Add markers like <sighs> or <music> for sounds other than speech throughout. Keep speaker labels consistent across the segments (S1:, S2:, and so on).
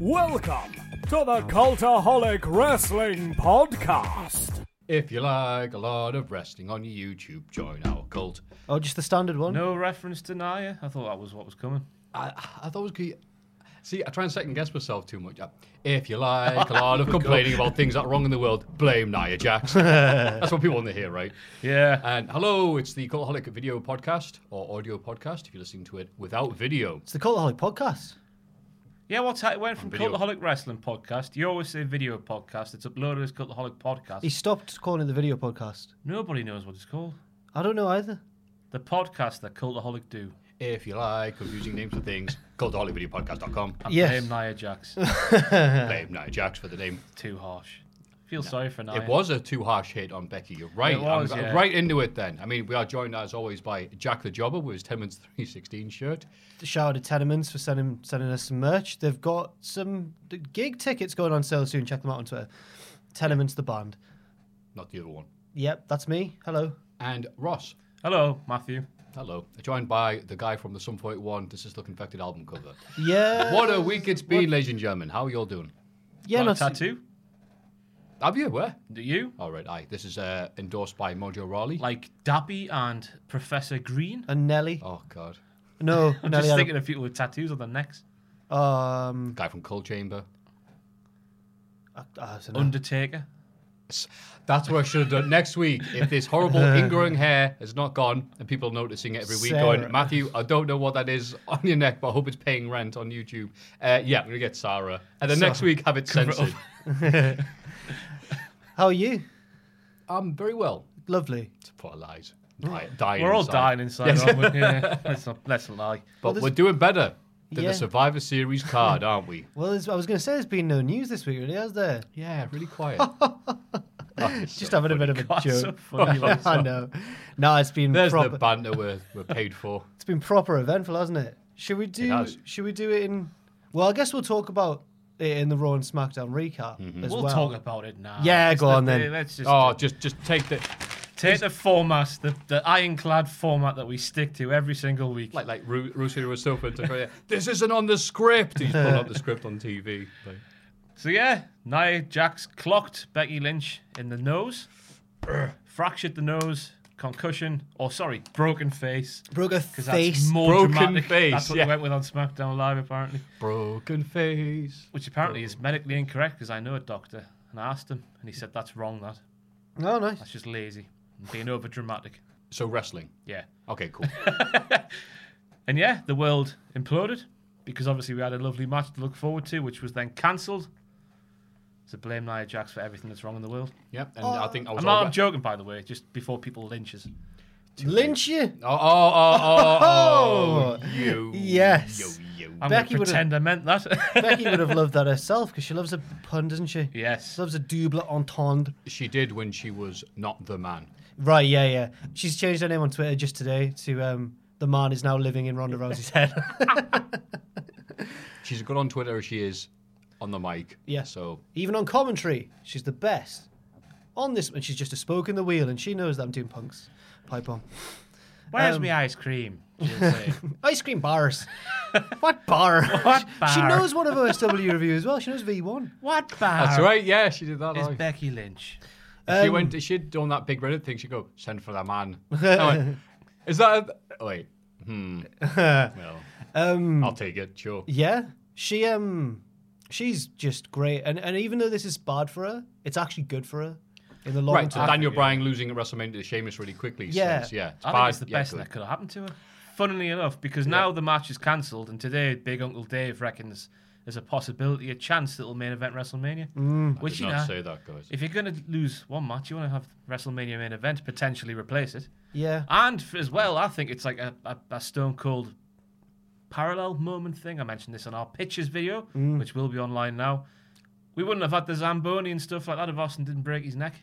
S1: Welcome to the Cultaholic Wrestling Podcast.
S2: If you like a lot of wrestling on your YouTube, join our cult.
S3: Oh, just the standard one.
S4: No reference to Naya. I thought that was what was coming.
S2: I, I thought it was good. See, I try and second guess myself too much. Uh, If you like a lot of complaining about things that are wrong in the world, blame Nia Jax. That's what people want to hear, right?
S4: Yeah.
S2: And hello, it's the Cultaholic video podcast or audio podcast if you're listening to it without video.
S3: It's the Cultaholic podcast.
S4: yeah, what's that? It went from
S2: video.
S4: Cultaholic Wrestling Podcast. You always say video podcast. It's uploaded as Cultaholic Podcast.
S3: He stopped calling it the video podcast.
S4: Nobody knows what it's called.
S3: I don't know either.
S4: The podcast that Cultaholic do.
S2: If you like confusing names for things, <laughs> cultaholicvideopodcast.com.
S4: And
S3: Yes.
S4: blame Nia Jax.
S2: Blame Nia Jax for the name.
S4: Too harsh. Feel sorry for Nia.
S2: It was a too harsh hit on Becky. You're right.
S4: It was,
S2: I'm, I'm
S4: yeah.
S2: right into it then. I mean, we are joined as always by Jack the Jobber with his 10 minutes 316 shirt.
S3: Shout out to Tenements for sending sending us some merch. They've got some d- gig tickets going on sale soon. Check them out on Twitter. Tenements the band.
S2: Not the other one.
S3: Yep, that's me. Hello.
S2: And Ross.
S4: Hello, Matthew.
S2: Hello. Joined by the guy from the Sum 41 This is Look Infected album
S4: <laughs>
S2: cover.
S3: Yeah.
S2: What a week it's been, ladies and gentlemen. How are you all doing?
S3: Yeah,
S4: Got a
S3: not
S4: tattoo?
S2: Have you? Where?
S4: Do you?
S2: All right, aye. This is uh, endorsed by Mojo Rawley.
S4: Like Dappy and Professor Green?
S3: And Nelly.
S2: oh, God.
S3: Uh, No,
S4: <laughs> I'm
S3: Nelly.
S4: just
S3: I
S4: thinking of people with tattoos on their necks.
S3: don't- Um,
S2: Guy from Cold Chamber.
S3: I, I don't know.
S4: Undertaker.
S2: That's what I should have done next week. If this
S3: <laughs>
S2: horrible ingrowing hair is not gone and people are noticing it every week,
S3: Sarah.
S2: going, Matthew, I don't know what that is on your neck, but I hope it's paying rent on YouTube. Uh, yeah, I'm going to get Sarah. And then next week, have it censored.
S3: How are you?
S2: I'm Um, very well.
S3: Lovely.
S2: It's poor lies. Di- dying
S4: We're all
S2: inside.
S4: dying inside,
S2: Yes.
S4: aren't we? Yeah. let's, not, let's not lie. <laughs>
S2: But
S3: there's-
S2: we're doing better than
S3: Yeah.
S2: the Survivor Series card,
S3: <laughs>
S2: aren't we?
S3: Well, there's- I was going to say there's been no news this week, really, has there?
S2: Yeah, really
S3: <laughs>
S2: quiet.
S3: Just having a bit of a <laughs>
S4: God, so
S3: joke.
S4: funny,
S2: <laughs>
S4: like,
S3: I know. No, it's been
S2: There's
S3: proper.
S2: the banter we're, we're paid
S3: <laughs>
S2: for.
S3: It's been proper eventful, hasn't it? Should we do?
S2: has.
S3: should we do it in? Well, I guess we'll talk about it in the Raw and SmackDown recap as
S4: We'll
S3: well.
S4: talk about it now.
S3: Yeah, go
S4: let-
S3: on then.
S4: Let's just
S2: Oh, just just take the
S4: take the format, the, the ironclad format that we stick to every single week.
S2: like like Ru- Russo was so fun to This isn't on the script. He's pulling up the script on TV. Like,
S4: so yeah, Nia Jax clocked Becky Lynch in the nose, fractured the nose, concussion, or sorry, broken face.
S3: Broke a
S4: Because that's
S3: face.
S4: more
S2: Broken
S4: dramatic.
S2: face,
S4: That's what
S2: yeah.
S4: they went with on SmackDown Live apparently,
S2: Broken face.
S4: which apparently is medically incorrect because I know a doctor and I asked him and he said that's wrong. That
S3: oh, nice.
S4: that's just lazy, and being over dramatic.
S2: So wrestling.
S4: Yeah.
S2: Okay, cool.
S4: And yeah, the world imploded because obviously we had a lovely match to look forward to, which was then cancelled. So blame Nia Jax for everything that's wrong in the world.
S2: Yep. And I think I was.
S4: I'm
S2: all
S4: not
S2: re-
S4: I'm joking, by the way, just before people lynch us.
S3: Lynch you.
S2: oh, oh, oh, oh, oh, you.
S3: Yes.
S2: Yo, yo.
S4: I'm
S3: Becky
S4: gonna
S3: would've-
S4: pretend I
S3: <laughs>
S4: meant that.
S3: Becky would have loved that herself because she loves a pun, doesn't she?
S4: yes.
S3: She loves a double entendre.
S2: She did when she was not the man.
S3: Right? Yeah, yeah. She's changed her name on Twitter just today to um, the man is now living in Ronda Rousey's
S4: <laughs>
S3: head.
S2: She's as good on Twitter as she is on the mic.
S3: Yeah.
S2: So
S3: Even on commentary, she's the best. On this, and she's just a spoke in the wheel, and she knows that I'm doing punks. Pipe bomb.
S4: Where's my ice cream? she'll say.
S3: Ice cream bars. what bar?
S4: What
S3: <laughs> She
S4: bar?
S3: knows one of OSW reviews as well. She knows V1.
S4: what bar
S2: that's right. Yeah, she did that.
S4: is
S2: like.
S4: Becky Lynch?
S2: she
S3: Um,
S2: went. She'd done that big Reddit thing. She'd go,
S3: <laughs> <laughs>
S2: "Send for the man." I went, is that? A, oh, wait. Hmm. well, I'll take it. Sure.
S3: Um, Yeah, she um, she's just great, and and even though this is bad for her, it's actually good for her in the long
S2: Right. So
S3: term.
S2: Daniel Bryan losing at WrestleMania to Sheamus really quickly.
S3: Yeah.
S2: Says, yeah. It's
S4: I
S2: bad,
S4: think it's the
S2: yeah,
S4: best
S2: good.
S4: thing that could have happened to her. Funnily enough, because now the match is cancelled, and today Big Uncle Dave reckons there's a possibility, a chance that will main event WrestleMania.
S2: I
S4: Which
S2: did
S4: you
S2: not
S4: know,
S2: say that, guys.
S4: if you're going to lose one match, you want to have WrestleMania main event potentially replace it.
S3: Yeah,
S4: And f- as well, I think it's like a, a, a Stone Cold parallel moment thing. I mentioned this on our pictures video,
S3: Mm.
S4: which will be online now. We wouldn't have had the Zamboni and stuff like that if Austin didn't break his neck.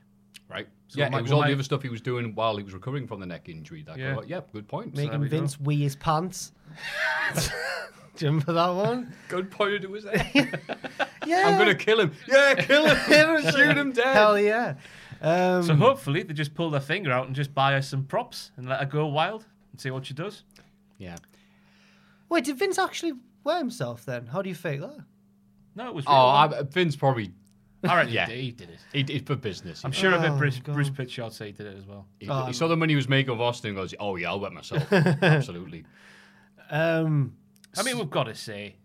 S2: right.
S4: So
S2: yeah.
S4: my-
S2: it was all
S4: my-
S2: the other stuff he was doing while he was recovering from the neck injury. That
S4: Yeah.
S2: yeah. yeah. Good point.
S4: there
S3: making
S4: we go.
S3: Vince wee his pants. <laughs> Do you remember that one?
S2: good point. It
S3: <laughs>
S2: was.
S3: Yeah,
S2: I'm gonna kill him. Yeah, kill him. <laughs> Shoot him dead.
S3: <laughs> Hell yeah. Um,
S4: So hopefully they just pull their finger out and just buy her some props and let her go wild and see what she does.
S2: yeah.
S3: wait, did Vince actually wear himself then? How do you fake that?
S4: No, it was.
S2: Oh, I, Vince probably.
S4: I reckon
S2: yeah.
S4: he, did, he did it.
S2: He, he, for business.
S4: I'm sure of it.
S3: Oh,
S4: Bruce,
S3: God.
S4: Bruce Pritchard said he did it as well.
S2: He, he saw the money he was making of Austin and goes, "Oh yeah, I'll wet
S4: <laughs>
S2: myself." Absolutely.
S3: Um,
S4: I mean, we've got to say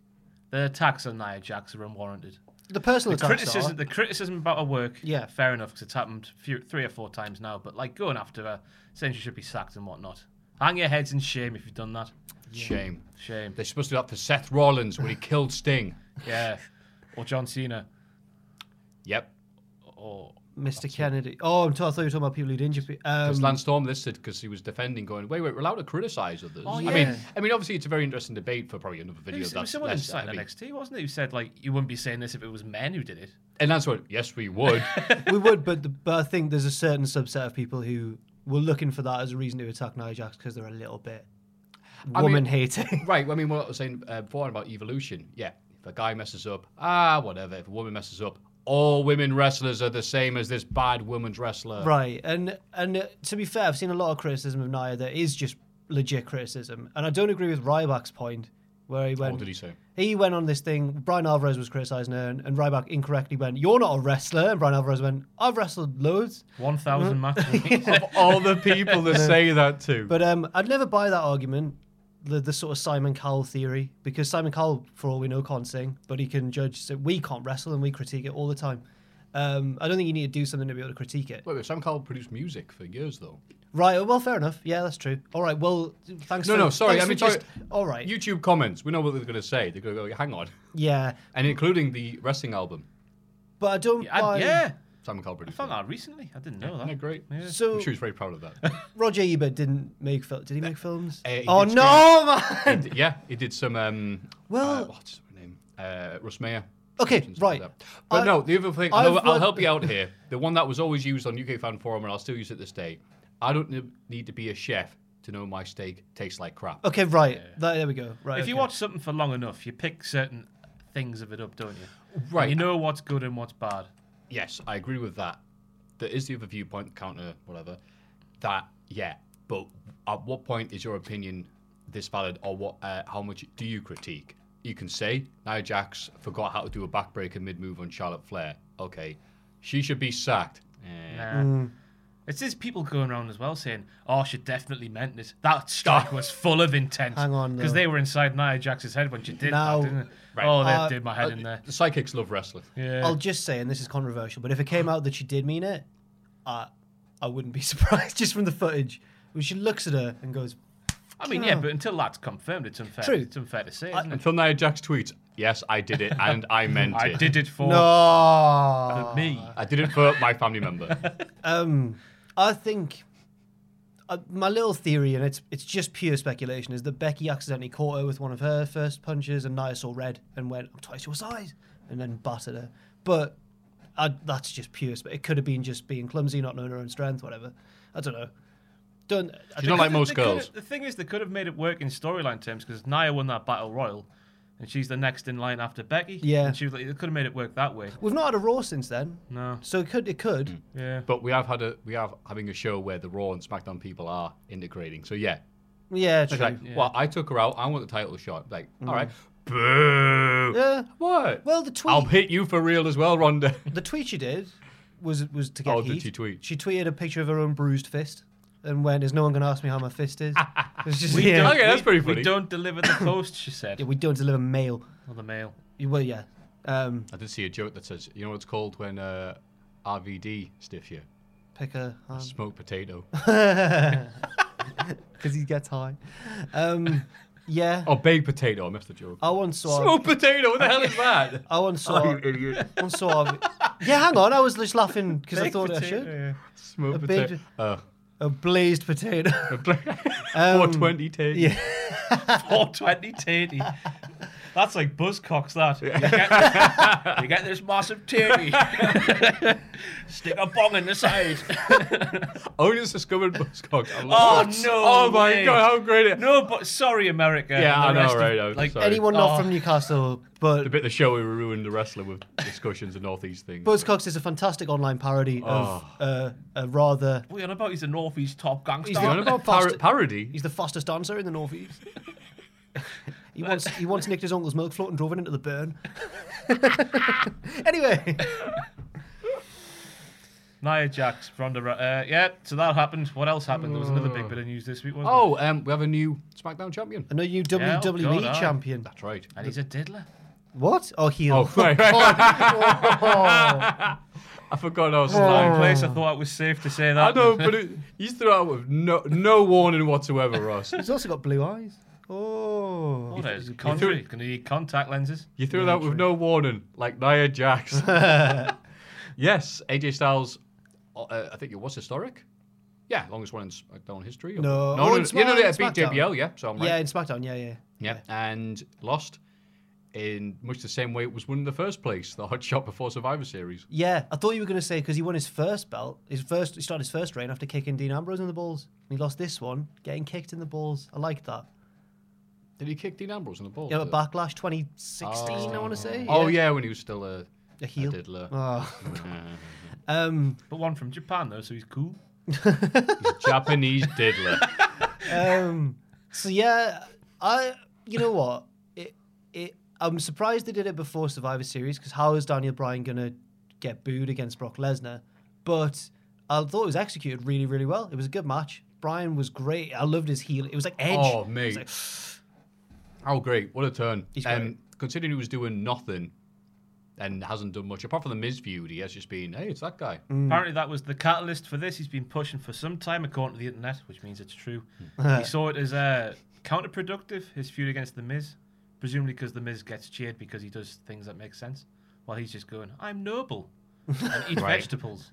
S4: the attacks on Nia Jax are unwarranted.
S3: the personal
S4: The
S3: attacks
S4: criticism,
S3: are.
S4: the criticism about her work,
S3: Yeah.
S4: fair enough, because it's happened few, three or four times now. But like going after her, saying she should be sacked and whatnot. Hang your heads in shame if you've done that.
S2: Shame.
S4: Shame.
S2: They're supposed to do that for Seth Rollins when he killed Sting.
S4: Yeah. Or John Cena.
S2: Yep. Oh,
S4: Or
S3: Mr. Kennedy. Oh, I'm t- I thought you were talking about people who'd injure people.
S2: Because
S3: Um,
S2: Lance Storm listed because he was defending, going, "Wait, wait, we're allowed to criticize others."
S4: Oh,
S2: I
S4: yeah.
S2: mean, I mean, obviously, it's a very interesting debate for probably another
S4: It
S2: video.
S4: was, it was
S2: that's
S4: someone
S2: less
S4: inside
S2: heavy.
S4: NXT, wasn't it? Who said like you wouldn't be saying this if it was men who did it.
S2: And Lance went, "Yes, we
S4: <laughs>
S2: would."
S3: we would, but, the, but I think there's a certain subset of people who were looking for that as a reason to attack Nia Jax because they're a little bit
S2: I mean-
S3: woman hating.
S2: right. I mean, what I was saying uh, before about evolution. Yeah, if a guy messes up, ah, whatever. If a woman messes up, all women wrestlers are the same as this bad woman's wrestler.
S3: <laughs> right, and and uh, to be fair, I've seen a lot of criticism of Nia that is just legit criticism, and I don't agree with Ryback's point where he went.
S2: What did he say?
S3: He went on this thing. Brian Alvarez was criticizing her, and, and Ryback incorrectly went, "You're not a wrestler." And Brian Alvarez went, "I've wrestled loads."
S4: One thousand matches.
S2: of all the people
S4: <laughs>
S2: that say that to.
S3: But um, I'd never buy that argument, the, the sort of Simon Cowell theory, because Simon Cowell, for all we know, can't sing, but he can judge. So we can't wrestle, and we critique it all the time. Um, I don't think you need to do something to be able to critique it.
S2: Wait, wait, Sam Cowell produced music for years, though.
S3: Right? Well, fair enough. Yeah, that's true. All right. Well, thanks.
S2: No,
S3: for,
S2: no, sorry.
S3: thanks
S2: I
S3: for
S2: mean, sorry.
S3: just- all right.
S2: YouTube comments. We know what they're going to say. They're going to go, hang on. <laughs>
S3: yeah,
S2: And including the wrestling album,
S3: but I don't.
S4: I-
S3: buy,
S4: yeah.
S2: Simon Cowell produced.
S4: I found
S2: that.
S4: that recently. I didn't know
S2: Isn't that
S4: that.
S2: great?
S3: So
S2: I'm sure he's very proud of that.
S3: Roger Ebert didn't make film. Did he make films?
S2: Uh, he
S3: oh
S2: did
S3: no, man.
S2: D- yeah, he did some. Um, uh,
S3: Well-
S2: what's her name? Uh, Russ Mayer.
S3: Okay,
S2: Something
S3: right.
S2: like that. But
S3: I-
S2: no, the other thing,
S3: I've
S2: I'll, I'll
S3: read-
S2: help you out here. The one that was always used on UK Fan Forum, and I'll still use it this day. I don't ne- need to be a chef to know my steak tastes like crap.
S3: <laughs> Okay, right. There- there we go. Right.
S4: If you
S3: okay.
S4: watch something for long enough, you pick certain things of it up, don't you?
S2: Right.
S4: You know what's good and what's bad.
S2: Yes, I agree with that. There is the other viewpoint, counter, whatever. That yeah, but at what point is your opinion this valid, or what? Uh, how much do you critique? You can say Nia Jax forgot how to do a backbreaker mid move on Charlotte Flair. Okay, she should be sacked. Eh.
S4: Nah. It's just people going around as well saying, "Oh, she definitely meant it. That strike
S3: <laughs>
S4: was full of intent."
S3: Hang on,
S4: because
S3: though.
S4: they were inside Nia Jax's head when she did
S3: Now-
S4: that, didn't they?
S2: Right.
S4: Oh, they
S3: Uh,
S4: did my head in there.
S2: The psychics love wrestling.
S4: Yeah.
S3: I'll just say, and this is controversial, but if it came out that she did mean it, I I wouldn't be <laughs> surprised just from the footage. When she looks at her and goes,
S4: I mean, yeah, but until that's confirmed, it's unfair.
S3: True.
S4: It's unfair to say, isn't it?
S2: Until Nia Jax tweets, "Yes, I did it, and
S4: <laughs>
S2: I meant
S4: I
S2: it.
S4: did it for
S3: "No,
S4: me.
S2: <laughs> I did it for my family member."
S3: I think uh, my little theory, and it's it's just pure speculation, is that Becky accidentally caught her with one of her first punches, and Nia saw red and went, "I'm twice your size," and then battered her. But I, that's just pure. Spe- it could have been just being clumsy, not knowing her own strength, whatever. I don't know. Don't. I
S2: She's not
S3: don't-
S2: like most
S4: They could've-
S2: girls.
S4: The thing is, they could have made it work in storyline terms because Nia won that battle royal, and she's the next in line after Becky.
S3: Yeah.
S4: and she was like, they could have made it work that way.
S3: We've not had a Raw since then.
S4: No.
S3: So it could. It could.
S4: Yeah.
S2: But we have had a we have having a show where the Raw and SmackDown people are integrating. So yeah,
S3: Yeah, true.
S2: It's like, well, I took her out. I want the title shot. Like, all right, boo.
S3: Yeah.
S2: What?
S3: Well, the tweet,
S2: I'll hit you for real as well, <laughs> Ronda.
S3: the tweet she did was was to get
S2: Oh, did
S3: heat.
S2: she tweet?
S3: She tweeted a picture of her own bruised fist and went, "Is no one going to ask me how my
S2: <laughs>
S3: fist is?" it's just
S4: We
S3: yeah.
S4: don't-
S2: Okay, that's
S4: we-
S2: pretty funny.
S4: We don't
S2: <coughs>
S4: deliver the post, she said.
S3: Yeah, we don't deliver mail.
S4: on the mail.
S3: You- Well, yeah. Um,
S2: I did see a joke that says, you know what it's called when uh, RVD stiff you?
S3: pick a <laughs>
S2: Smoked potato.
S3: because he gets high. Um, yeah.
S2: <laughs> <laughs> oh, baked potato. I missed the joke.
S3: I once saw.
S2: Smoked potato? What the hell
S3: <laughs>
S2: is that? <laughs>
S3: I once saw. once saw. yeah, hang on. I was just laughing because I thought I should.
S4: <laughs>
S2: Smoked
S3: A baked-
S2: potato. Uh,
S3: A blazed potato.
S2: <laughs> 420 take.
S3: Um, yeah.
S4: 420 tatty. Oh, That's like Buzzcocks, that. You,
S2: <laughs>
S4: get, you get this massive tatty. Stick a bong in the side.
S2: Onus Oh, discovered Buzzcocks. I'm like,
S4: Oh,
S2: what?
S4: no
S2: Oh, my
S4: way.
S2: God. How great it
S4: No, but sorry, America.
S2: Yeah, I
S4: and the
S2: know,
S4: rest of-
S2: right? I'm
S4: like,
S2: sorry.
S3: Anyone
S4: Oh.
S3: not from Newcastle, but
S2: The bit of the show we ruined the wrestling with discussions and northeast things.
S3: Buzzcocks is a fantastic online parody of
S2: Oh.
S3: uh, a rather.
S4: What are you on about? He's a northeast top gangster.
S3: He's the
S2: you know about par-
S3: Faster-
S2: parody?
S3: He's the fastest dancer in the northeast. <laughs> he once he once nicked his uncle's milk float and drove it into the burn. <laughs> anyway,
S4: Nia Jax, Ronda. Ro- Uh, yeah, so that happened. What else happened? There was another big bit of news this week, wasn't there?
S2: Mm. Oh, um, we have a new SmackDown champion.
S3: a new
S4: Yeah,
S3: WWE
S4: God, aye.
S3: E champion.
S2: That's right.
S4: And he's a diddler.
S3: What? Oh, heel. <laughs>
S2: Oh, right, right. I forgot I was
S4: Flying
S2: lying.
S4: place, I thought it was safe to say
S2: Oh. I
S4: that.
S2: know, but it, you threw out with no no warning whatsoever, Ross.
S3: He's also got blue eyes. Oh.
S4: What is it? Contrary. Gonna need contact lenses.
S2: You threw it out with no warning, like Nia <laughs> Jax. yes, AJ Styles. Uh, I think it was historic. Yeah, longest one in SmackDown history. or-
S3: No.
S2: no,
S3: Oh,
S2: no, no,
S3: in
S2: you know
S3: Smack-
S2: they beat
S3: SmackDown.
S2: JBL, yeah. So I'm right.
S3: Yeah, in SmackDown. Yeah, yeah.
S2: Yeah, and lost in much the same way it was won in the first place, the hot shot before Survivor Series.
S3: Yeah, I thought you were going to say because he won his first belt, his first, he started his first reign after kicking Dean Ambrose in the balls. And he lost this one, getting kicked in the balls. I like that.
S2: Did he kick Dean Ambrose in the balls?
S3: Yeah, but Backlash 2016, I want to say.
S2: Oh yeah, when he was still a,
S3: A heel.
S2: diddler.
S3: Oh. um,
S4: But one from Japan, though, so he's cool.
S2: <laughs> Japanese diddler.
S3: um, so yeah, I, you know what, it, it, I'm surprised they did it before Survivor Series because how is Daniel Bryan gonna get booed against Brock Lesnar? But I thought it was executed really, really well. It was a good match. Bryan was great. I loved his heel. It was like Edge.
S2: Oh mate, oh great, what a turn!
S3: He's
S2: Um, considering he was doing nothing and hasn't done much apart from the Miz feud, he has just been, hey, it's that guy.
S3: Mm. Hmm.
S4: Apparently, that was the catalyst for this. He's been pushing for some time, according to the internet, which means it's true.
S3: Hmm.
S4: he saw it as uh, counterproductive, his feud against The Miz, presumably because The Miz gets cheered because he does things that make sense, while he's just going, I'm
S3: <laughs>
S4: noble and eat vegetables.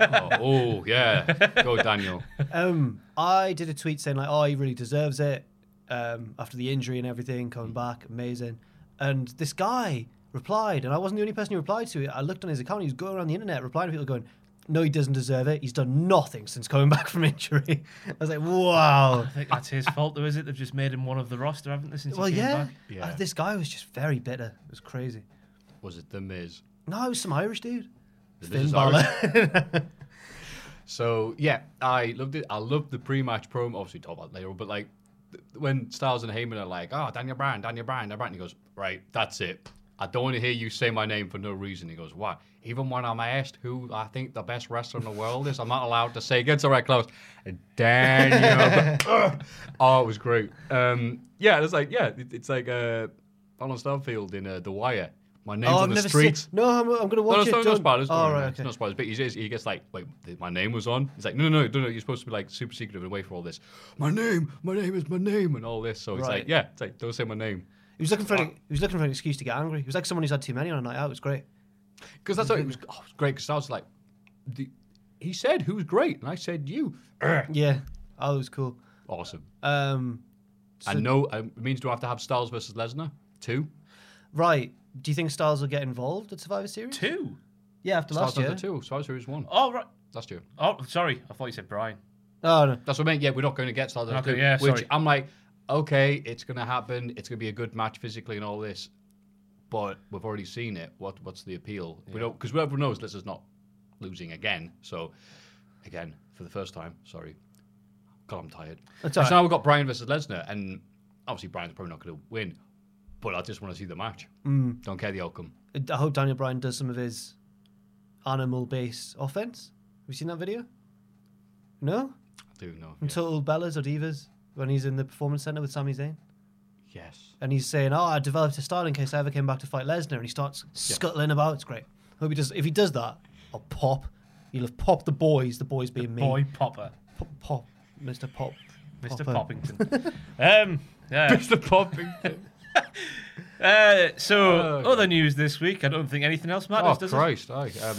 S2: oh, oh, yeah, go
S3: <laughs>
S2: Daniel.
S3: Um, I did a tweet saying like, "Oh, he really deserves it." Um, after the injury and everything, coming back, amazing. And this guy replied, and I wasn't the only person who replied to it. I looked on his account; he was going around the internet replying to people, going, "No, he doesn't deserve it. He's done nothing since coming <laughs> back from injury." I was like, "Wow."
S4: I think that's his fault, though, is it? They've just made him one of the roster, haven't they, since
S3: Well,
S4: he came
S3: yeah.
S4: back?
S2: Yeah.
S3: Uh, This guy was just very bitter. It was crazy.
S2: Was it the Miz?
S3: No, it was some Irish dude.
S2: The Miz
S3: Finn
S2: is
S3: Balor.
S2: Irish.
S3: <laughs>
S2: So yeah, I loved it. I loved the pre-match promo. Obviously, talk about it later, but like th- when Styles and Heyman are like, "Oh, Daniel Bryan, Daniel Bryan, Daniel Bryan," he goes, "Right, that's it. I don't want to hear you say my name for no reason." He goes, "Why?" Even when I'm asked who I think the best wrestler in the world is, I'm not allowed to say. Gets the right close. Daniel.
S3: <laughs>
S2: Bryan." <laughs> oh, it was great. Um, yeah, it's like yeah, it- it's like uh, Donald Stanfield in uh, The Wire. My name's
S3: oh,
S2: on
S3: I've
S2: the
S3: never
S2: streets.
S3: seen. No, I'm, I'm gonna
S2: No,
S3: watch
S2: no, it's
S3: it.
S2: not, no
S3: don't-
S2: spoilers.
S3: Oh,
S2: no,
S3: right,
S2: no,
S3: okay.
S2: It's not spoilers. But he says, he gets like, wait, th- my name was on. He's like, no, no, no, no, no. You're supposed to be like super secretive and wait for all this. My name, my name is my name, and all this. So it's
S3: Right.
S2: like, yeah, it's like don't say my name
S3: He was looking for. An, he was looking for an excuse to get angry. He was like someone who's had too many on a night out. It was great.
S2: because that's what
S3: <laughs>
S2: it was. Oh, it was great because I was like, the, he said who's great, and I said you.
S3: Yeah. Oh, it was cool.
S2: Awesome.
S3: Um,
S2: I know um, it means do I have to have Styles versus Lesnar too?
S3: right. Do you think Styles will get involved at Survivor Series?
S4: Two?
S3: Yeah, after
S2: Styles
S3: last year.
S2: does the two. So I was who's one
S4: Oh, right.
S2: last year.
S4: Oh, sorry. I thought you said Brian.
S3: Oh no.
S2: That's what I meant. Yeah, we're not going to get Styles. versus
S4: Not gonna-
S2: two,
S4: yeah,
S2: which
S4: sorry.
S2: I'm like, okay, it's going to happen. It's going to be a good match physically and all this, but we've already seen it. What what's the appeal? We don't because everyone knows this is not losing again. So again, for the first time, sorry. God, I'm tired.
S3: That's
S2: so
S3: all right.
S2: now we've got Brian versus Lesnar, and obviously Brian's probably not going to win, but I just want to see the match.
S3: Mm.
S2: Don't care the outcome.
S3: I hope Daniel Bryan does some of his animal-based offense. Have you seen that video? No.
S2: I do know.
S3: From Total Bellas or Divas when he's in the performance center with Sami Zayn.
S2: <laughs> Yes.
S3: and he's saying, "Oh, I developed a style in case I ever came back to fight Lesnar," and he starts scuttling about. It's great. Hope he does. If he does that, I'll pop. You'll have popped the boys. The boys being me.
S4: Boy Popper,
S3: Pop, pop, Mr. Pop,
S4: Mr.
S3: Popper. <laughs>
S4: Poppington. um, yeah.
S2: Mr. Poppington.
S4: Uh, so
S2: Oh.
S4: other news this week. I don't think anything else matters,
S2: oh,
S4: does
S2: Christ. Aye. Um,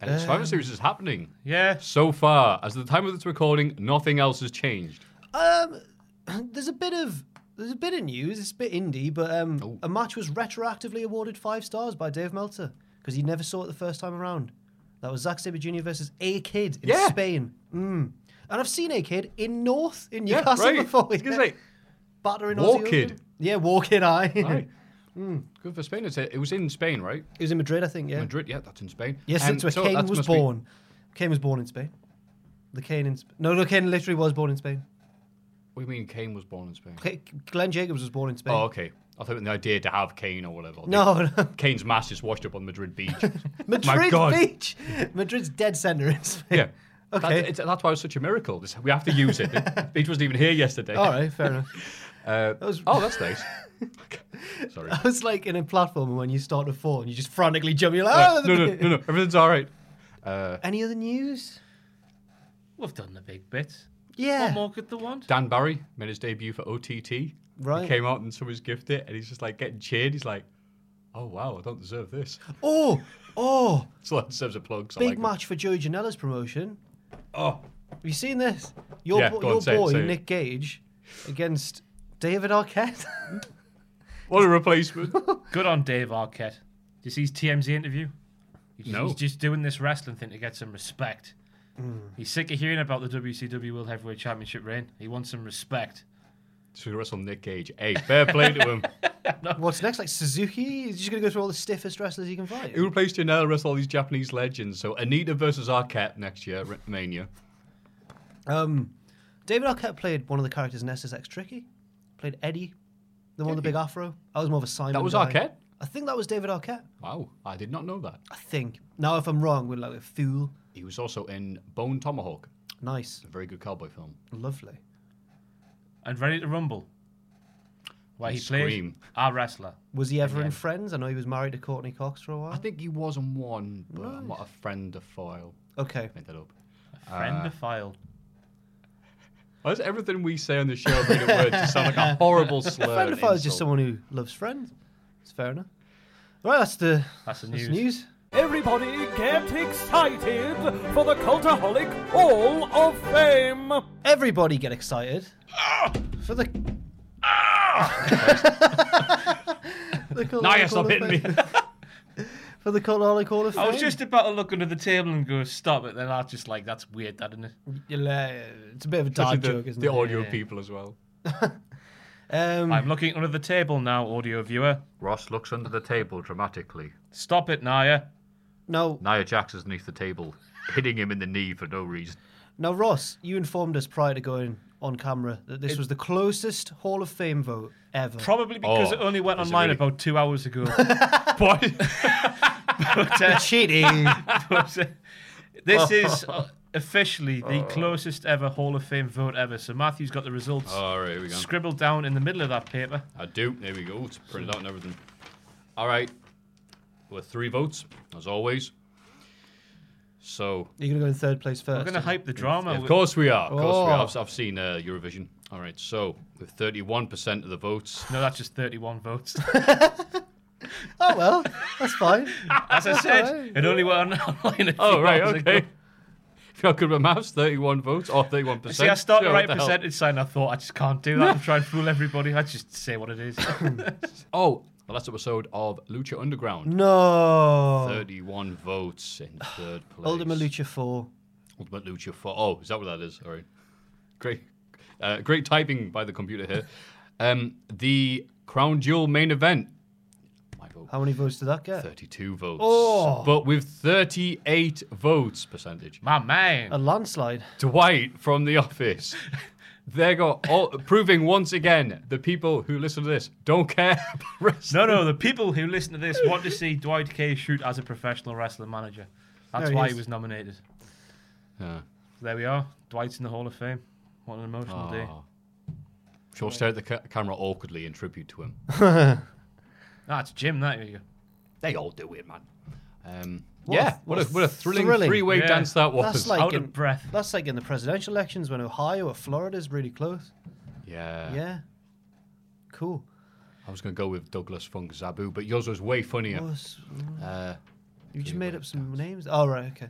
S2: and the Survivor Series is happening.
S4: it? Yeah.
S2: So far, as of the time of this recording, nothing else has changed.
S3: Um, <clears throat> there's a bit of there's a bit of news. It's a bit indie, but um,
S2: Oh.
S3: a match was retroactively awarded five stars by Dave Meltzer because he never saw it the first time around. That was Zack Sabre Jr. versus A Kid in
S2: Yeah.
S3: Spain. Mm. And I've seen A Kid in North in Newcastle before.
S2: I was gonna say,
S3: battering
S2: War
S3: Aussie
S2: Kid.
S3: Open. Yeah, War Kid. I.
S2: Right. Good for Spain. It's, it was in Spain, right?
S3: <laughs> It was in Madrid, I think. Yeah.
S2: Madrid. Yeah, that's in Spain.
S3: Yes,
S2: And
S3: that's where
S2: so
S3: Kane
S2: that
S3: was
S2: must be-
S3: born. Kane was born in Spain. The Kane in Sp- no, no, Kane literally was born in Spain.
S2: what do you mean Kane was born in Spain?
S3: K- Glenn Jacobs was born in Spain.
S2: Oh, okay. I thought the idea to have Kane or whatever.
S3: No, <laughs> no.
S2: Kane's mass just washed up on Madrid
S3: <laughs>
S2: beach.
S3: Madrid
S2: God.
S3: Beach. Madrid's dead center in Spain.
S2: yeah. That,
S3: Okay.
S2: it's, that's why it was such a miracle. This- we have to use it.
S3: <laughs>
S2: The beach wasn't even here yesterday.
S3: All right, fair enough. <laughs>
S2: Uh,
S3: was-
S2: Oh, that's
S3: <laughs>
S2: nice. Sorry.
S3: I was like in a platform when you start to fall and you just frantically jump. You're like,
S2: no,
S3: oh,
S2: no, no, no. Everything's all right.
S3: Any other news?
S4: We've done the big bit.
S3: Yeah.
S4: What more could they want?
S2: Dan Barry made his debut for OTT.
S3: Right.
S2: He came out and someone's gifted it, and he's just like getting cheered. He's like, "Oh wow, I don't deserve this." <laughs>
S3: Oh, oh,
S2: So that deserves a plug. So I
S3: big
S2: like him.
S3: match for Joe Janela's promotion.
S2: Oh,
S3: Have you seen this? Your,
S2: Yeah,
S3: bo-
S2: go on,
S3: your
S2: say it,
S3: boy
S2: say it.
S3: Nick Gage against
S2: <laughs>
S3: David Arquette.
S2: what a replacement! <laughs>
S4: Good on Dave Arquette. Did you see his TMZ interview? He's,
S2: No.
S4: he's just doing this wrestling thing to get some respect.
S3: Mm.
S4: He's sick of hearing about the WCW World Heavyweight Championship reign. He wants some respect.
S2: so we wrestle Nick Cage. Hey, fair play to him. <laughs>
S3: What's next? Like Suzuki? He's just gonna go through all the stiffest wrestlers he can find.
S2: Who replaced Janela? Wrestle all these Japanese legends. So Anita versus Arquette next year, at Mania.
S3: Um, David Arquette played one of the characters in SSX Tricky. Played Eddie, the one with the big afro. I was more of a Simon.
S2: That was
S3: guy.
S2: Arquette.
S3: I think that was David Arquette.
S2: Wow, I did not know that.
S3: I think. Now, if I'm wrong, we're like a fool.
S2: He was also in Bone Tomahawk,
S3: Nice,
S2: a very good cowboy film.
S3: lovely.
S4: And ready to rumble. Where he played
S2: Scream.
S4: our wrestler.
S3: Was he ever in Friends? I know he was married to Courtney Cox for a
S2: I
S3: while.
S2: think he was in one, but I'm not a friend of foil.
S3: Okay.
S2: Made that up. Uh,
S4: Friend of File.
S2: Why does everything we say on the show made of words just sound like a horrible slur?
S3: Friend of
S2: and
S3: ours is just
S2: insult?
S3: someone who loves Friends. It's fair enough. Right, that's the
S4: That's the
S3: that's news.
S4: news.
S1: Everybody get excited for the Cultaholic Hall of Fame!
S3: Everybody get excited for the. <laughs> the Cult
S2: Ah! Now
S3: Hall
S2: you
S3: of
S2: stop
S3: Fame.
S2: hitting me.
S3: for the Colonic Hall of Fame.
S4: <laughs> I was just about to look under the table and go stop it. Then I was just like, that's weird, that isn't it?
S3: uh, It's a bit of a
S2: Especially
S3: dad
S2: the,
S3: joke, isn't
S2: the
S3: it?
S2: audio people as well.
S3: Um,
S4: I'm looking under the table now, audio viewer.
S2: Ross looks under the table dramatically.
S4: Stop it, Naya.
S3: now,
S2: Nia Jax is underneath the table, hitting him in the knee for no reason.
S3: now, Ross, you informed us prior to going on camera that this was the closest Hall of Fame vote ever. <laughs>
S4: Probably because
S2: Oh,
S4: it only went
S2: is it
S4: online
S2: really?
S4: about two hours
S2: <laughs>
S4: ago.
S2: What?
S3: Cheating.
S4: But, uh, <laughs>
S2: <laughs>
S4: this is uh, officially
S2: Oh.
S4: the closest ever Hall of Fame vote ever. So Matthew's got the results
S2: All right, here we go.
S4: scribbled down in the middle of that paper.
S2: I do. There we go. It's printed out and everything. All right. With three votes, as always. So,
S3: You're gonna go in third place 1st
S4: We're going to hype the drama.
S2: of course we are. Of course we are.
S3: Oh.
S2: I've, I've seen uh, Eurovision. All right. So, with 31% of the votes,
S4: No, that's just
S2: <laughs>
S4: 31 votes.
S3: <laughs> Oh well, that's fine.
S4: As I said, it only went on- <laughs> online a few
S2: Oh, right,
S4: hours
S2: okay.
S4: ago.
S2: <laughs> If you're good with maths, 31 votes or 31%.
S4: See, I started
S2: Sure,
S4: to
S2: what
S4: write
S2: the
S4: a
S2: hell.
S4: percentage sign. I thought I just can't do that. I'm trying to fool everybody. I just say what
S2: <laughs>
S4: it is.
S2: Oh, the last episode of Lucha Underground.
S3: No.
S2: 31 votes
S3: <sighs>
S2: in third place.
S3: Ultima Lucha Four.
S2: Ultimate Lucha 4. Oh, is that what that is? All right. Great. Uh, great typing by the computer
S3: <laughs>
S2: here. Um, the Crown Jewel main event. My vote.
S3: How many votes did that get?
S2: 32 votes.
S3: Oh.
S2: But with 38 votes percentage.
S4: My man.
S3: A landslide.
S2: Dwight from The Office. <laughs> There go, all, proving once again the people who listen to this don't care. about wrestling.
S4: No, no, the people who listen to this want to see Dwight K shoot as a professional wrestling manager. That's
S3: There he
S4: why he
S3: is.
S2: <laughs>
S4: was nominated.
S2: <laughs> Yeah.
S4: there we are. Dwight's in the Hall of Fame. What an emotional day.
S2: Aw. She'll stare at the ca- camera awkwardly in tribute to him.
S4: That's Jim. That you.
S2: <laughs> they all do it, man. Um, yeah, what a, what a thrilling,
S3: thrilling-
S2: three-way
S4: Yeah.
S2: dance that was.
S3: That's like
S4: out
S3: in,
S4: of breath.
S3: That's like in the presidential elections when Ohio or Florida's really close.
S2: yeah.
S3: yeah, cool.
S2: I was going to go with Douglas Funk Zabu, but yours was way funnier.
S3: Oh, s-
S2: Uh,
S3: you just
S2: Three
S3: made
S2: way
S3: up some names. Oh right, okay.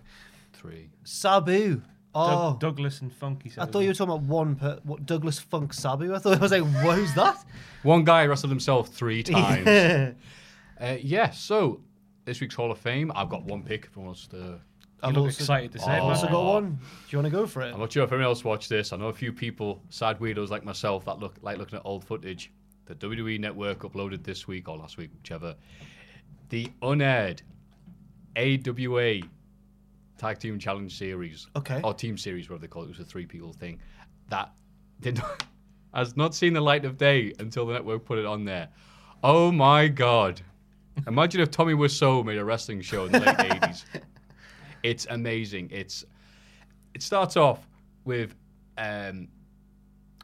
S2: three.
S3: Sabu. Oh,
S4: Doug, Douglas and Funky.
S3: I thought you were talking about one per what Douglas Funk Sabu. I thought I was like, who's that?
S2: One guy wrestled himself three times. yeah. Uh, yeah, so this week's Hall of Fame, I've got one pick if anyone wants to.
S4: You look excited to say it,
S3: I've also
S4: man.
S3: got one. Do you want to go for it?
S2: I'm not sure if anyone else watched this. I know a few people, sad weirdos like myself, that look like looking at old footage. The WWE E Network uploaded this week or last week, whichever. The unaired AWA Tag Team Challenge Series.
S3: Okay.
S2: Or Team Series, whatever they call it. It was a three people thing. That did not, <laughs> has not seen the light of day until the network put it on there. Oh my God. Imagine if Tommy Wiseau made a wrestling show in the late 80s. It's amazing. It's it starts off with um,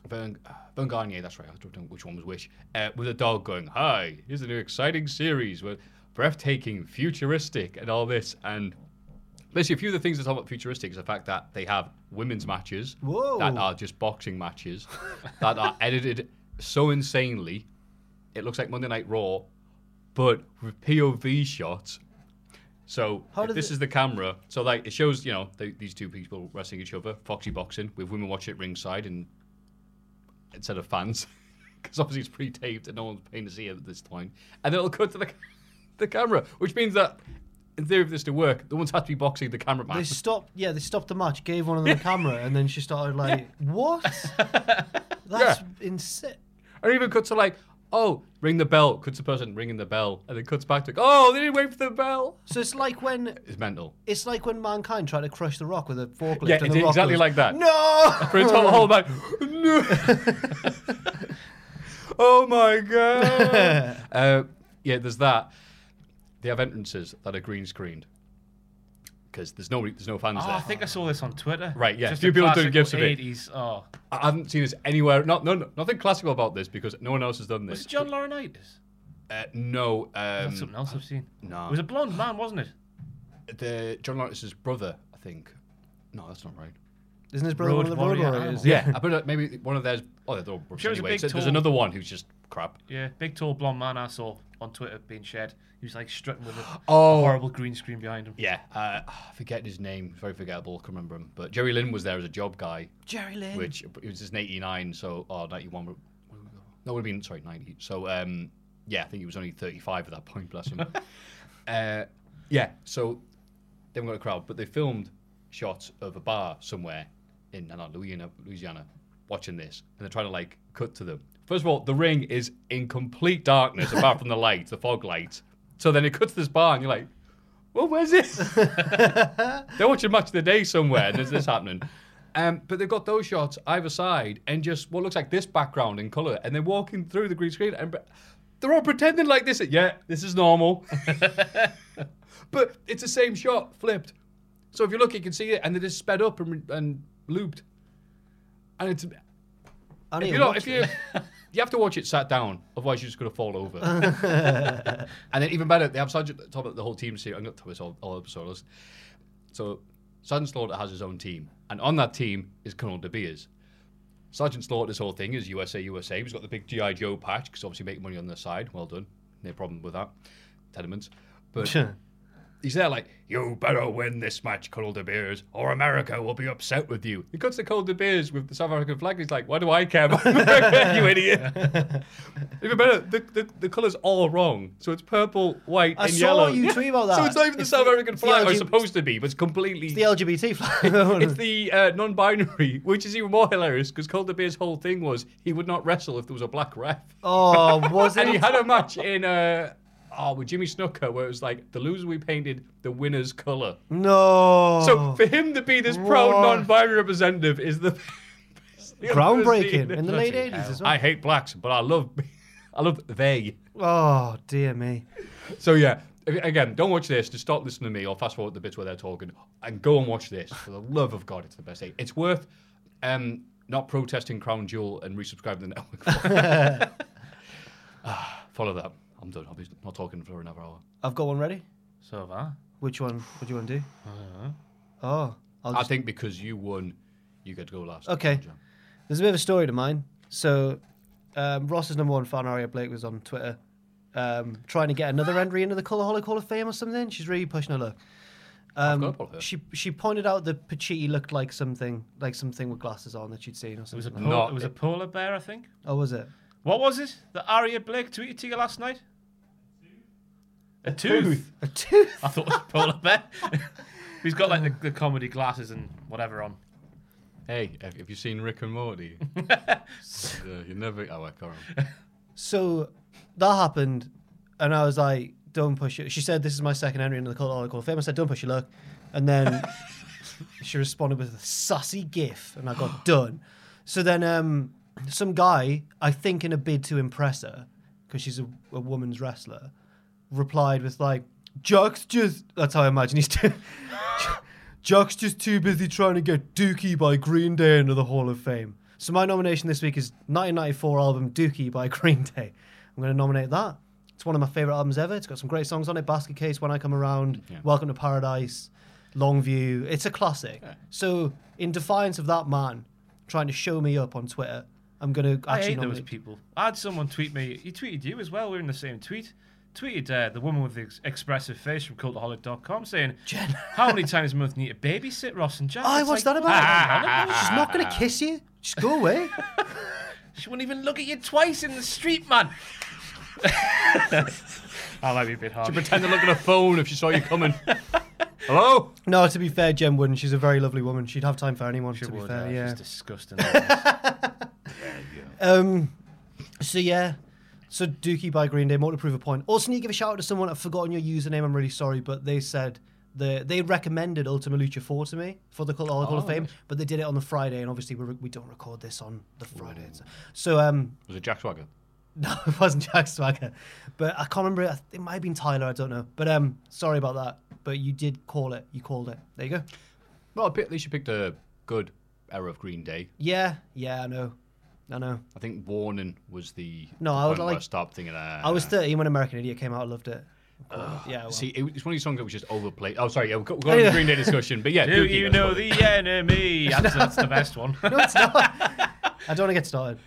S2: Vern, Vern Garnier, that's right, I don't know which one was which, uh, with a dog going, Hi, here's a new exciting series with breathtaking, futuristic, and all this. And basically, a few of the things that talk about futuristic is the fact that they have women's matches
S3: Whoa.
S2: that are just boxing matches that are edited so insanely. It looks like Monday Night Raw, but with POV shots. So
S3: How
S2: if
S3: does
S2: this
S3: it-
S2: is the camera. So like it shows, you know, th- these two people wrestling each other, Foxy boxing with women watching it ringside and instead of fans, <laughs> because obviously it's pre-taped and no one's paying to see it at this time. And then it'll cut to the <laughs> ca- the camera, which means that in theory, for this to work, the ones have to be boxing the camera
S3: They
S2: man.
S3: stopped. Yeah, they stopped the match. Gave one of them the camera, and then she started like, "What?
S2: <laughs>
S3: That's insane."
S2: Or even cuts to like, oh, ring the bell. Cuts the person ringing the bell, and then cuts back to, oh, they didn't wait for the bell.
S3: So it's like when
S2: It's mental.
S3: it's like when mankind tried to crush the rock with a forklift.
S2: Yeah,
S3: and
S2: it
S3: the
S2: did
S3: rock
S2: exactly
S3: goes,
S2: like that.
S3: No.
S2: <laughs> For a
S4: Oh.
S2: total whole like, no.
S4: <laughs>
S2: oh my god. <laughs> uh, yeah, there's that. They have entrances that are green screened because there's no there's no fans
S4: Oh,
S2: there.
S4: I think I saw this on Twitter.
S2: Right, yeah,
S4: Just
S2: few
S4: a
S2: people doing
S4: classical
S2: gifs of it.
S4: 80s. Oh,
S2: I haven't seen this anywhere. Not no, nothing classical about this because no one else has done this.
S4: was it John Laurinaitis?
S2: Uh, no,
S4: That's
S2: um,
S4: something else I've seen.
S2: no.
S4: It was a blonde man, wasn't it?
S2: the John Lawrence's brother, I think. No, that's not right.
S3: Isn't his brother
S4: Road
S3: one of the road
S4: warrior
S3: warriors?
S4: animal.
S2: Yeah, I bet maybe one of theirs. Oh, they're all rubbish
S4: Sure, it's a
S2: anyway.
S4: big
S2: So There's
S4: tall-
S2: another one who's just crap.
S4: Yeah, big tall blonde man I saw on Twitter being shared. He was like strutting with
S3: <gasps>
S4: a
S2: Oh.
S4: horrible green screen behind him.
S2: Yeah, uh, I forget his name. Very forgettable. Can't remember him. But Jerry Lynn was there as a job guy,
S3: Jerry Lynn.
S2: which it was just in '89, so or '91. No, it would have been sorry '90. So um, yeah, I think he was only 35 at that point. Bless
S3: <laughs>
S2: him. uh, yeah. So they haven't got a crowd, but they filmed shots of a bar somewhere in I don't know, Louisiana, Louisiana, watching this, and they're trying to like cut to them. First of all, the ring is in complete darkness apart from the <laughs> lights, the fog lights. So then it cuts to this bar, and you're like, "Well, where's this?" they're watching Match of the Day somewhere, and there's this happening. Um, but they've got those shots either side, and just what looks like this background in color, and they're walking through the green screen, and pre- they're all pretending like this. Yeah, this is normal. But it's the same shot flipped. So if you look, you can see it, and it is sped up and, and looped. And it's
S3: I
S2: if
S3: need
S2: you
S3: to
S2: know
S3: watch
S2: if
S3: it.
S2: you <laughs> you have to watch it sat down, otherwise you're just gonna fall
S3: <laughs>
S2: over. and then even better, they have Sergeant top of the whole team. See, I'm not this all, all episodes. So Sergeant Slaughter has his own team, and on that team is Colonel De Beers. Sergeant Slaughter's whole thing is USA USA. He's got the big GI Joe patch because obviously making money on the side. Well done, no problem with that. Tenements, but he's there like, you better win this match, Cole de Beers, or America will be upset with you. He cuts to Cole de Beers with the South African flag. He's like, why do I care about America,
S3: <laughs>
S2: you idiot? Even better, the, the, the colour's all wrong. So it's purple, white,
S3: I
S2: and
S3: saw
S2: yellow.
S3: you tweet about
S2: So
S3: that.
S2: it's not even the
S3: It's
S2: South
S3: the-
S2: African
S3: it's the
S2: flag, or
S3: LG
S2: it's supposed to be, but it's completely
S3: the LGBT
S2: <laughs>
S3: flag.
S2: it's the uh, non-binary, <laughs> which is even more hilarious because Colder Beer's whole thing was he would not wrestle if there was a black ref.
S3: <laughs> oh, was
S2: And he
S3: it?
S2: had a match in uh, oh with Jimmy Snooker where it was like the loser we painted the winner's color.
S3: No.
S2: So for him to be this proud
S3: What?
S2: non-binary representative is the <laughs>
S3: groundbreaking in the late
S2: Bloody
S3: eighties as
S2: hell. I <laughs>
S3: well.
S2: hate blacks, but I love I love they.
S3: Oh dear me.
S2: So yeah, again, don't watch this. Just stop listening to me or fast forward the bits where they're talking and go and watch this. For the love of God, it's the best thing. It's worth um, not protesting Crown Jewel and resubscribing the network. <laughs> Ah, Follow that. I'm done. I'll be not talking for another hour.
S3: I've got one ready.
S4: So have I.
S3: Which one? What do you want to do?
S2: Uh-huh.
S3: Oh, I'll
S2: I
S3: just,
S2: think because you won, you get to go last.
S3: Okay. there's a bit of a story to mine. So, um, Ross's number one fan, Aria Blake, was on Twitter um, trying to get another entry into the Colourholic Hall of Fame or something. She's really pushing her luck. Um,
S2: I've got about her.
S3: She she pointed out that Pacitti looked like something like something with glasses on that she'd seen or
S4: It was a
S3: something.
S4: pol-
S2: Not-
S4: it was a polar bear, I think.
S3: oh, was it?
S4: What was it? The Aria Blake tweeted to you last night. A tooth.
S3: A tooth.
S4: I thought it was a polar bear. He's got like the, the comedy glasses and whatever on.
S2: Hey, have have you seen Rick and
S3: <laughs>
S2: Morty? Yeah, you never. Oh, I can't. remember.
S3: So that happened, and I was like, "Don't push it." She said, "This is my second entry into the Colourholic Hall of Fame." I said, "Don't push your luck," and then she responded with a sassy gif, and I got <gasps> done. So then, um, some guy, I think, in a bid to impress her, because she's a, a woman's wrestler, replied with like, "Jock's just." That's how I imagine he's doing. <laughs> Jock's just too busy trying to get Dookie by Green Day into the Hall of Fame. So my nomination this week is 1994 album Dookie by Green Day. I'm going to nominate that. It's one of my favorite albums ever. It's got some great songs on it: Basket Case, When I Come Around, Welcome to Paradise, Longview. It's a classic. So in defiance of that man trying to show me up on Twitter, I'm going to
S4: I
S3: actually
S4: hate those
S3: nominate.
S4: people. I had someone tweet me. He tweeted you as well. We are in the same tweet. Tweeted uh, the woman with the ex- expressive face from cultaholic.com saying, Jen. How many times a month do you need to babysit Ross and Jack?
S3: I
S4: It's
S3: what's
S4: like, "Ah,
S3: that about? She's not going to kiss you. Just go
S4: <laughs>
S3: away.
S4: ah." She wouldn't even look at you twice in the street, man. <laughs> I might be a bit harsh.
S2: Pretend to look at a phone if she saw you coming.
S3: <laughs>
S2: Hello.
S3: no, to be fair, Jen wouldn't. She's a very lovely woman. She'd have time for anyone.
S4: She
S3: to be
S4: would,
S3: fair,
S4: uh,
S3: yeah. <laughs>
S4: She's disgusting. I
S3: Um, so yeah, so Dookie by Green Day, more to prove a point. Also, need to give a shout out to someone. I've forgotten your username. I'm really sorry, but they said the they recommended Ultima Lucha 4 to me for the Col- Hall
S4: Oh.
S3: of Fame, but they did it on the Friday, and obviously we, re- we don't record this on the Friday. So- So um, <laughs>
S2: Was it Jack Swagger?
S3: no, it wasn't Jack Swagger, but I can't remember. It, it might have been Tyler. I don't know. But um, sorry about that. But you did call it. You called it. There you go.
S2: Well, at least you picked a good era of Green Day.
S3: Yeah, yeah, I know, I know.
S2: I think warning was the
S3: No,
S2: the
S3: I would
S2: point where
S3: like-
S2: stop thinking. Uh,
S3: I was 13 when American Idiot came out. I loved it. yeah, well.
S2: Oh, see. It, it's one of these songs that was just overplayed. Oh, sorry. Yeah, we've got, we've
S3: <laughs>
S2: got a Green Day discussion, but yeah,
S4: do
S2: Dookie,
S4: you
S2: that's
S4: know
S2: what it-
S4: the enemy? That's, that's the best <laughs> one.
S3: <laughs> I don't want to get started.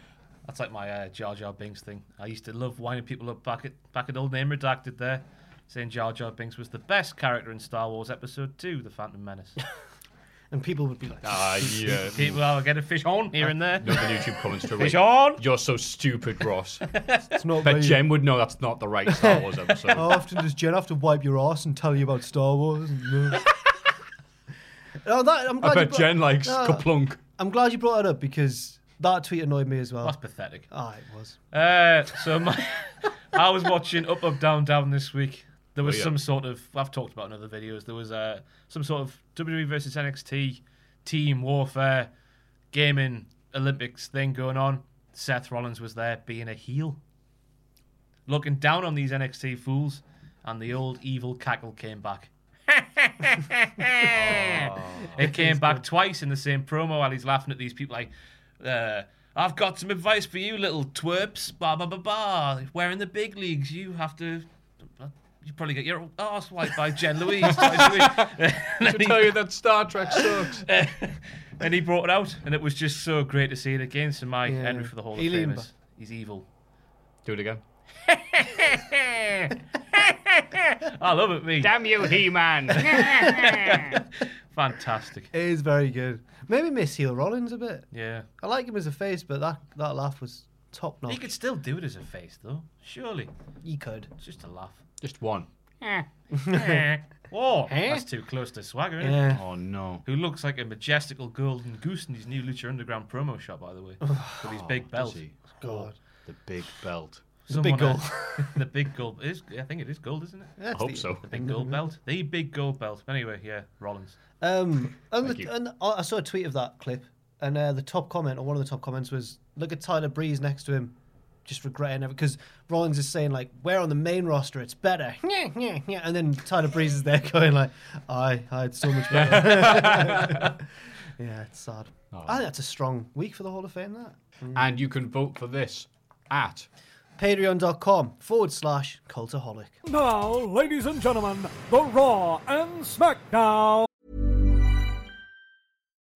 S4: That's like my uh, Jar Jar Binks thing. I used to love winding people up back at back at old name redacted there, saying Jar Jar Binks was the best character in Star Wars Episode Two, The Phantom <laughs> Menace.
S3: And people would be like,
S2: Ah,
S4: <laughs>
S2: yeah.
S4: people are getting fish on here and there.
S2: No, the YouTube comments to
S4: Fish
S2: read.
S4: on.
S2: You're so stupid,
S3: <laughs>
S2: Ross.
S3: it's not
S2: Bet
S3: me.
S2: Jen would know that's not the right Star
S3: <laughs>
S2: Wars episode.
S3: How often does Jen have to wipe your ass and tell you about Star Wars?
S2: <laughs>
S3: No. No, that, I'm,
S2: I
S3: glad you
S2: bet
S3: brought,
S2: Jen likes
S3: No.
S2: Kaplunk.
S3: <laughs> I'm glad you brought it up because that tweet annoyed me as well.
S4: That's pathetic.
S3: Ah, it was.
S4: Uh, so my, <laughs> I was watching Up Up Down Down this week. There was
S2: Oh, yeah.
S4: some sort of I've talked about in other videos. There was uh, some sort of WWE versus NXT team warfare gaming Olympics thing going on. Seth Rollins was there being a heel, looking down on these NXT fools, and the old evil cackle came back. It came back twice in the same promo while he's laughing at these people like, uh, I've got some advice for you, little twerps. Ba ba ba ba. We're in the big leagues. You have to. You probably get your arse wiped by Jen Louise. twice a <laughs> week."
S2: I should tell you that Star Trek sucks. <laughs>
S4: uh, and he brought it out, and it was just so great to see it again. So my
S3: Yeah.
S4: Henry for the Hall of
S3: He
S4: Fame
S3: leaned
S4: is he's evil.
S2: Do it again.
S4: I love it, me.
S2: Damn you, He-Man.
S4: <laughs> Fantastic.
S3: It is very good. Maybe miss heel Rollins a bit.
S4: Yeah.
S3: I like him as a face, but that, that laugh was top notch.
S4: He could still do it as a face, though. Surely.
S3: He could.
S4: It's just a laugh.
S2: Just one.
S4: <laughs> Whoa, that's too close to swagger, isn't it?
S3: Yeah.
S2: Oh no.
S4: Who looks like a majestical golden goose in his new Lucha Underground promo shot, by the way, with his
S3: Oh,
S4: big belt.
S2: see.
S3: God.
S2: The big belt.
S3: The big
S4: Someone,
S3: gold.
S4: uh, <laughs> the big gold. It is, I think it is gold, isn't it?
S2: I hope so.
S4: The big gold belt. The big gold belt. Anyway, yeah, Rollins.
S3: Um, and,
S2: you.
S3: the, and I I saw a tweet of that clip, and uh, the top comment or one of the top comments was, "Look at Tyler Breeze next to him. just regretting it because Rollins is saying like, "We're on the main roster; it's better." <laughs> Yeah, yeah, yeah. And then Tyler Breeze is there <laughs> going like, "I, I had so much better." yeah, it's sad. I think that's a strong week for the Hall of Fame. That
S2: And you can vote for this at
S3: patreon.com forward slash cultaholic.
S1: Now, ladies and gentlemen, the Raw and SmackDown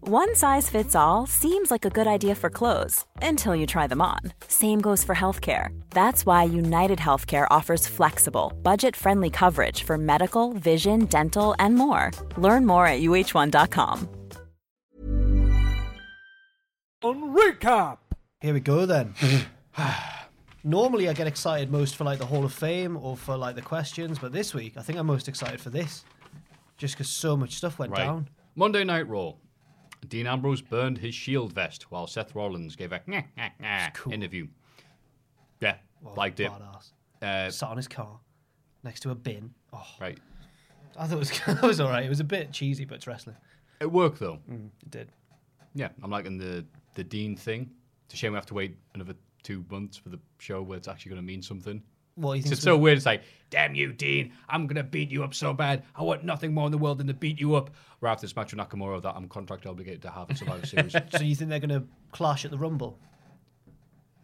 S5: One size fits all seems like a good idea for clothes until you try them on. Same goes for healthcare. That's why United Healthcare offers flexible, budget friendly coverage for medical, vision, dental, and more. Learn more at uh1.com.
S1: recap.
S3: Here we go then.
S2: Mm-hmm.
S3: <sighs> Normally I get excited most for like the Hall of Fame or for like the questions, but this week I think I'm most excited for this, just because so much stuff went
S2: right.
S3: down.
S2: Monday Night Raw. Dean Ambrose burned his shield vest while Seth Rollins gave a <laughs> interview. Yeah, liked it.
S3: Oh, Badass.
S2: Uh,
S3: Sat on his car, next to a bin. Oh,
S2: right.
S3: I thought it was, <laughs> that was all right. It was a bit cheesy, but it's wrestling.
S2: It worked though.
S3: It did.
S2: Yeah, I'm liking the the Dean thing. It's a shame we have to wait another two months for the show where it's actually going to mean something.
S3: What do you
S2: It's,
S3: think?
S2: so weird. It's like, damn you, Dean. I'm going to beat you up so bad. I want nothing more in the world than to beat you up. We're after this match with Nakamura that I'm contract obligated to have at Survivor
S3: <laughs>
S2: Series.
S3: So you think they're going to clash at the Rumble?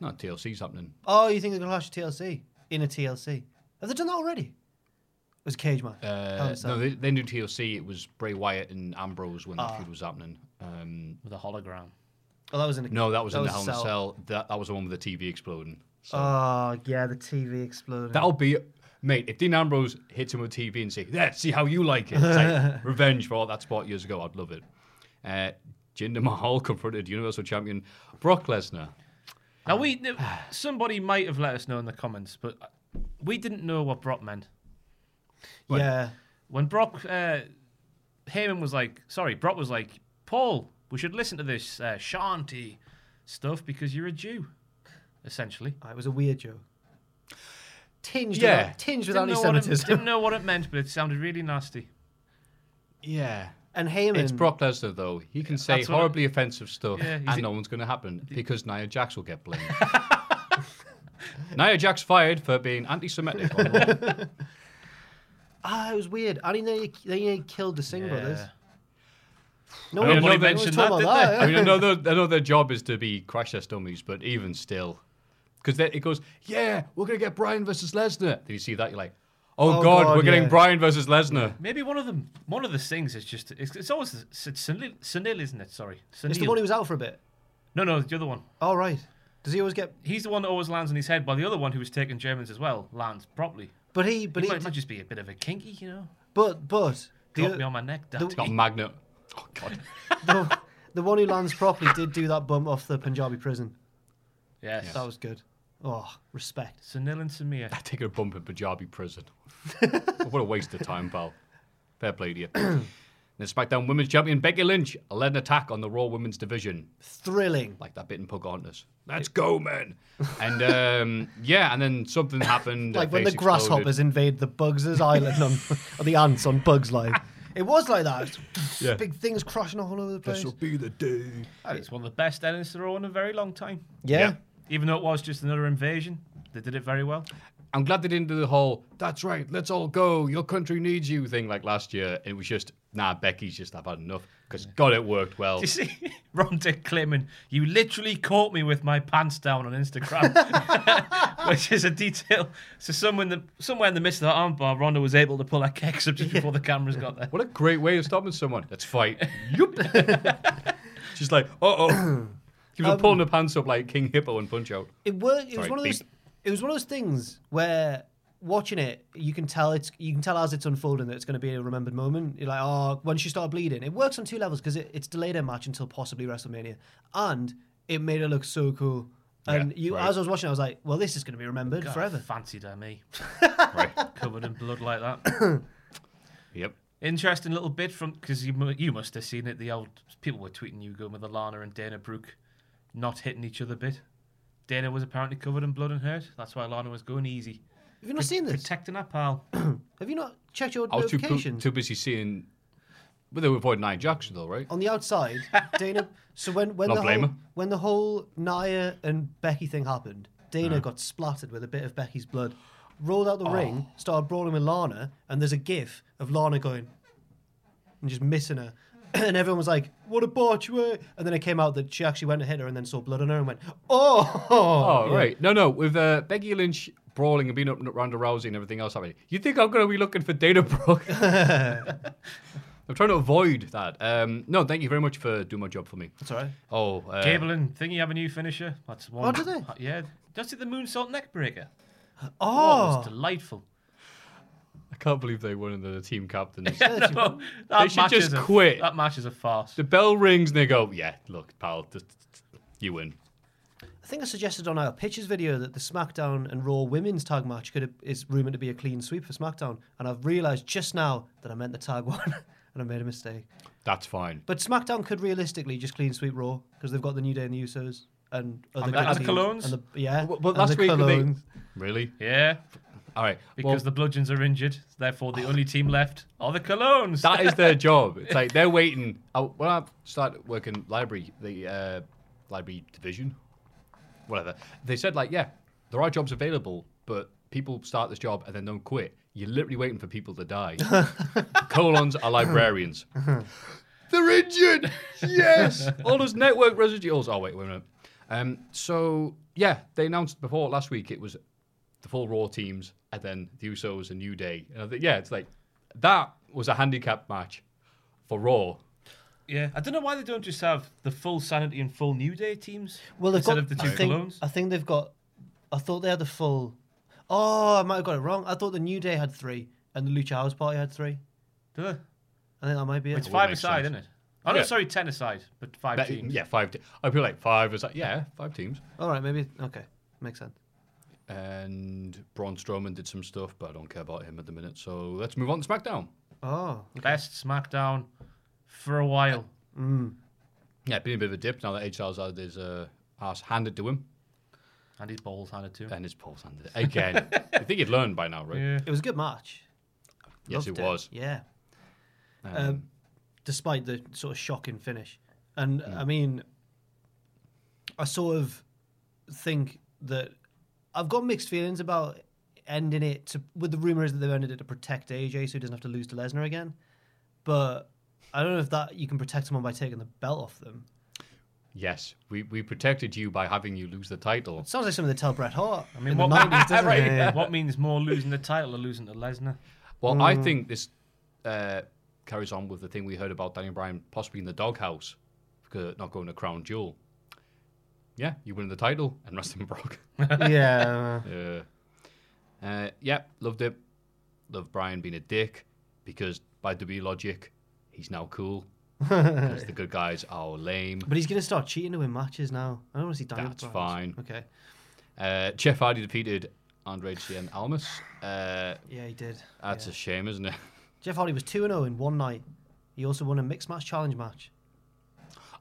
S2: Not TLC's happening.
S3: Oh, you think they're going to clash at TLC in a TLC? Have they done that already? It was a cage match.
S2: Uh, no, they, they knew TLC. It was Bray Wyatt and Ambrose when that feud was happening. Um,
S4: with a hologram.
S3: oh, that was in a
S2: no, that was in the
S3: a
S2: Hell in a
S3: cell.
S2: Cell. That, that was the one with the TV exploding. So
S3: Oh yeah, the TV exploded.
S2: that'll be, mate. If Dean Ambrose hits him with TV and say, "There, see how you like it," it's <laughs> like revenge for all that sport years ago. I'd love it. Uh, Jinder Mahal <laughs> confronted Universal Champion Brock Lesnar.
S4: Now we,
S3: Ah.
S4: <sighs> somebody might have let us know in the comments, but we didn't know what Brock meant.
S3: yeah,
S4: When Brock, uh, Heyman was like, sorry, Brock was like, Paul, we should listen to this uh, shanty stuff because you're a Jew, essentially.
S3: Ah, it was a weird joke. Tinged,
S2: Yeah.
S3: with, tinged with
S4: Didn't know, what it, didn't
S3: anti-Semitism.
S4: know what it meant, but it sounded really nasty.
S2: Yeah.
S3: And Heyman,
S2: It's Brock Lesnar, though. He can say
S4: that's what I-
S2: horribly offensive stuff,
S4: Yeah, he's
S2: and
S4: a-
S2: no one's going to happen because Nia Jax will get
S3: <laughs>
S2: blamed. <laughs> Nia Jax fired for being anti-Semitic. on Raw.
S3: ah, it was weird. And he nearly, they nearly killed the Singh brothers.
S4: Yeah.
S3: <laughs> No
S2: mean,
S3: one
S2: nobody
S3: no one was
S4: mentioned
S3: talking
S4: that,
S3: about
S4: did
S3: that,
S2: I mean, I
S3: <laughs>
S2: know, their, I know their job is to be crash test dummies, but even still, because it goes, yeah, we're going to get Brian versus Lesnar. Did you see that? You're like, oh,
S3: Oh,
S2: God,
S3: God,
S2: we're getting
S3: yeah.
S2: Brian versus Lesnar.
S4: Maybe one of them, one of the things is just, it's, it's always, it's, senil, senil, isn't it? Sorry. Senil.
S3: It's the one who was out for a bit.
S4: no, no, the other one.
S3: All right. Does he always get?
S4: He's the one that always lands on his head, while the other one who was taking Germans as well lands properly.
S3: But he, but
S4: But
S3: he,
S4: he might, might just be a bit of a kinky, you know?
S3: but but the,
S4: Drop me on my neck, Dad.
S3: the-
S2: Got
S3: <laughs>
S2: Magnet. Oh, God.
S3: the, the one who lands properly did do that bump off the Punjabi prison.
S4: Yes.
S3: That was good. Oh, respect.
S4: Sunil and Samir.
S2: Taking a bump in Punjabi
S3: <laughs>
S2: prison. what a waste of time, pal. Fair play to you. And then SmackDown Women's Champion Becky Lynch led an attack on the Raw Women's Division.
S3: Thrilling.
S2: Like that bit in Pocahontas. Let's go, man. And um, yeah, and then
S3: <laughs>
S2: something happened.
S3: Like
S2: her
S3: when the
S2: face
S3: grasshoppers invade the Bugs' island on, <laughs> or the ants on Bugs' life. It was like that.
S2: Yeah.
S3: Big things crashing all over the place.
S2: be the day.
S4: It's one of the best endings to Raw in a very long time.
S3: Yeah.
S2: Yeah.
S4: Even though it was just another invasion, they did it very well.
S2: I'm glad they didn't do the whole "That's right, let's all go, your country needs you" thing like last year. It was just nah, Becky's just I've had enough because God, it worked well.
S4: You see, <laughs> Ron Dick Clayman, you literally caught me with my pants down on Instagram, <laughs> which is a detail. So somewhere in the somewhere in the midst of that armbar, Ronda was able to pull her kicks up just before the cameras got there.
S2: What a great way of stopping someone. Let's fight. Yup. <laughs> She's like, uh oh. She was pulling her pants up like King Hippo and Punch Out.
S3: It worked. It was
S2: Sorry,
S3: one of those.
S2: beep.
S3: It was one of those things where watching it, you can tell it's you can tell as it's unfolding that it's going to be a remembered moment. You're like, oh, when she started bleeding, it works on two levels because it, it's delayed her match until possibly WrestleMania, and it made her look so cool. And
S2: Yeah,
S3: you,
S2: right.
S3: as I was watching, I was like, well, this is going to be remembered
S4: God,
S3: forever.
S4: Fancied her, me.
S2: Right.
S4: Covered in blood like that.
S2: Yep.
S4: Interesting little bit from because you mu- you must have seen it. The old people were tweeting you going with Alana and Dana Brooke not hitting each other bit. Dana was apparently covered in blood and hurt. That's why Alana was going easy.
S3: Have you not seen this?
S4: Protecting her
S3: <coughs>
S4: pal.
S3: Have you not checked your
S2: I was too, bu-
S3: notifications?
S2: too busy seeing. But they were avoiding Nia Jackson, though, right?
S3: on the outside, Dana. So when when
S2: Not
S3: the
S2: blame
S3: whole,
S2: her.
S3: when the whole Naya and Becky thing happened, Dana
S2: Mm.
S3: got splattered with a bit of Becky's blood, rolled out the ring, started brawling with Lana, and there's a GIF of Lana going and just missing her. <clears throat> And everyone was like, "What a botch!" were!" And then it came out that she actually went and hit her, and then saw blood on her, and went, "Oh!"
S2: Oh, right. No, no. With uh, Becky Lynch brawling and beating up Ronda Rousey and everything else happening, you think I'm going to be looking for Dana Brooke? <laughs> I'm trying to avoid that. Um, no, thank you very much for doing my job for me.
S3: That's all right.
S2: Oh, uh,
S4: Gable and Thingy have a new finisher. That's one. Uh,
S3: Oh, do they?
S4: Yeah. Just did the moonsault neckbreaker. Oh,
S3: Oh,
S4: it's delightful.
S2: I can't believe they won and they're the team captains.
S3: <laughs>
S4: No, that
S2: They should
S4: match
S2: just
S4: is a,
S2: quit.
S4: That match is a farce.
S2: the bell rings and they go, yeah, look, pal, just, you win.
S3: I think I suggested on our pitches video that the SmackDown and Raw women's tag match could is rumored to be a clean sweep for SmackDown, and I've realised just now that I meant the tag <laughs> one, and I made a mistake.
S2: That's fine.
S3: But SmackDown could realistically just clean sweep Raw because they've got the New Day and the Usos and other
S4: And
S3: good
S4: the- and the
S3: teams,
S4: Colognes?
S3: and the, yeah,
S2: Well, well,
S3: and
S2: last
S3: the
S2: week they-
S3: Colognes.
S2: Really?
S4: yeah,
S2: All right.
S4: because the bludgeons are injured. Therefore, the only team left are the
S2: <laughs>
S4: Colognes.
S2: that is their job. It's like they're waiting. I, when I started working library, the uh, library division, whatever, they said like, yeah, there are jobs available, but people start this job and then don't quit. You're literally waiting for people to <laughs> die. Colons are librarians. <laughs> They're injured. Yes. <laughs> All those network residuals. Oh wait, wait a minute. Um, so yeah, they announced before last week it was the full Raw teams and then the Usos and New Day. And I think yeah, it's like that was a handicap match for Raw.
S4: yeah, I don't know why they don't just have the full Sanity and full New Day teams
S3: Well, they've
S4: instead
S3: got.
S4: of the
S3: I
S4: two
S3: think,
S4: Colognes.
S3: I think they've got. I thought they had the full. Oh, I might have got it wrong. I thought the New Day had three and the Lucha House Party had three.
S4: Do they?
S3: I think that might be it.
S4: It's five
S2: makes sense.
S4: aside, isn't it? Oh no,
S2: Yeah.
S4: sorry, ten aside, but five
S2: That-
S4: teams.
S2: yeah, five. Te- I'd be like five is like yeah, five teams.
S3: All right, maybe okay, makes sense.
S2: And Braun Strowman did some stuff, but I don't care about him at the minute. So let's move on to SmackDown.
S3: Oh,
S4: Best SmackDown for a while.
S2: Yeah, been a bit of a dip now that H. Styles had his uh, ass handed to him
S4: And his balls handed to him.
S2: and his pulse handed it
S4: <laughs>
S2: again. I think he'd learned by now, right?
S4: Yeah.
S3: it was a good match.
S2: Yes,
S3: Loved
S2: it was.
S3: Yeah. Um, despite the sort of shocking finish. And
S2: Hmm.
S3: I mean, I sort of think that I've got mixed feelings about ending it to, with the rumor is that they've ended it to protect AJ so he doesn't have to lose to Lesnar again. But I don't know if that you can protect someone by taking the belt off them.
S2: Yes, we, we protected you by having you lose the title.
S3: Sounds like something they tell Bret Hart. I mean,
S4: mean,
S3: in the
S2: <laughs>
S4: what-
S3: 90s, doesn't
S4: Right, <laughs>
S3: it? Yeah.
S4: What means more losing the title or losing to Lesnar?
S2: Well, I
S3: Mm.
S2: think this uh, carries on with the thing we heard about Daniel Bryan possibly in the doghouse because not going to Crown Jewel. Yeah, you win the title and <laughs> wrestling Brock.
S3: yeah.
S2: Yeah. Uh, yeah, loved it. Loved Brian being a dick because by W logic, he's now
S3: <laughs>
S2: cool. Because the good guys are lame.
S3: But he's going to start cheating to win matches now. I don't want to see Daniel
S2: That's fine.
S3: Bryan's. Okay.
S2: Uh, Jeff Hardy defeated Andre Cien Almas. Uh,
S3: Yeah, he did.
S2: that's a shame, isn't it? <laughs>
S3: Jeff Hardy was 2 0 in one night. He also won a mixed match challenge match.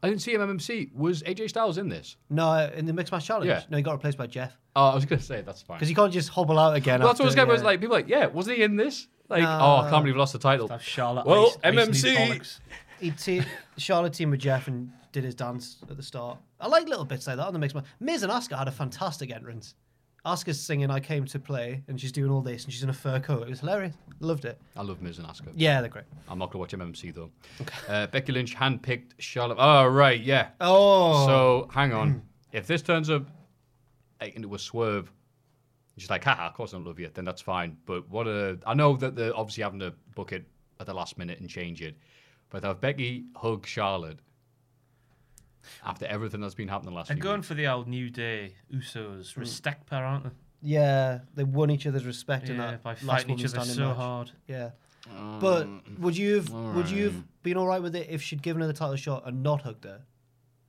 S2: I didn't see him MMC. Was AJ Styles in this?
S3: No, in the mixed match challenge.
S2: Yeah.
S3: No, he got replaced by Jeff
S2: Oh, I was going to say, that's fine.
S3: because you can't just hobble out again.
S2: Well, that's what I was
S3: after,
S2: going to
S3: yeah.
S2: like. People are like, yeah, wasn't he in this? Like, oh, I can't believe we lost the title.
S4: Have Charlotte.
S2: Well,
S4: ice, ice
S2: MMC.
S4: and his bollocks.
S3: He te- Charlotte teamed with Jeff and did his dance at the start. I like little bits like that on the mixed match. Miz and Asuka had a fantastic entrance. Asuka's singing I Came to Play, and she's doing all this, and she's in a fur coat. It was hilarious. Loved it.
S2: I love Miz and Asuka.
S3: Yeah, they're great.
S2: I'm not gonna watch MMC though. Uh, Becky Lynch handpicked Charlotte. Oh right, yeah.
S3: Oh.
S2: So hang on. if this turns up like, into a swerve, she's like, haha, of course I don't love you, then that's fine. But what a I know that they're obviously having to book it at the last minute and change it. But to have Becky hug Charlotte after everything that's been happening the last
S4: They're
S2: few
S4: going
S2: weeks.
S4: for the old New Day, Usos,
S3: Hmm.
S4: respect pair, aren't they?
S3: yeah, they won each other's respect in
S4: Yeah,
S3: that
S4: by
S3: last
S4: fighting each
S3: woman
S4: other
S3: standing
S4: so
S3: match.
S4: hard.
S3: Yeah. But
S2: Um,
S3: would you have would you have been all right with it if she'd given her the title shot and not hugged her?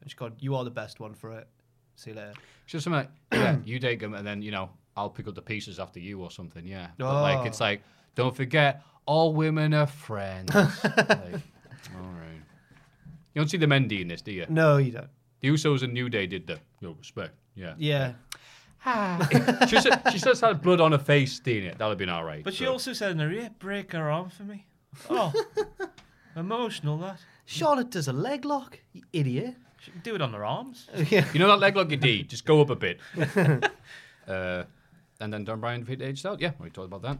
S3: And she gone, "You are the best one for it. See you later."
S2: It's just something like,
S4: <clears throat>
S2: yeah, you take them and then, you know, I'll pick up the pieces after you or something, yeah. But
S4: Oh.
S2: like, it's like, don't forget, all women are
S4: <laughs>
S2: friends. like, all right. You don't see the men doing this, do you?
S3: No, you don't.
S2: The Usos and New Day did the, you know, respect, yeah.
S3: Yeah,
S2: <laughs> she, said, she just had blood on her face doing it. That would have been all right.
S4: But she also said in her ear, break her arm for
S3: <laughs>
S4: me. Oh, emotional that.
S3: Charlotte does a leg lock. You idiot.
S4: She can do it on her arms.
S3: Uh,
S2: You know that leg lock you did? Just go up a
S4: <laughs>
S2: bit. uh, and then Don Bryan defeated Edge Styles. Yeah, we talked about that.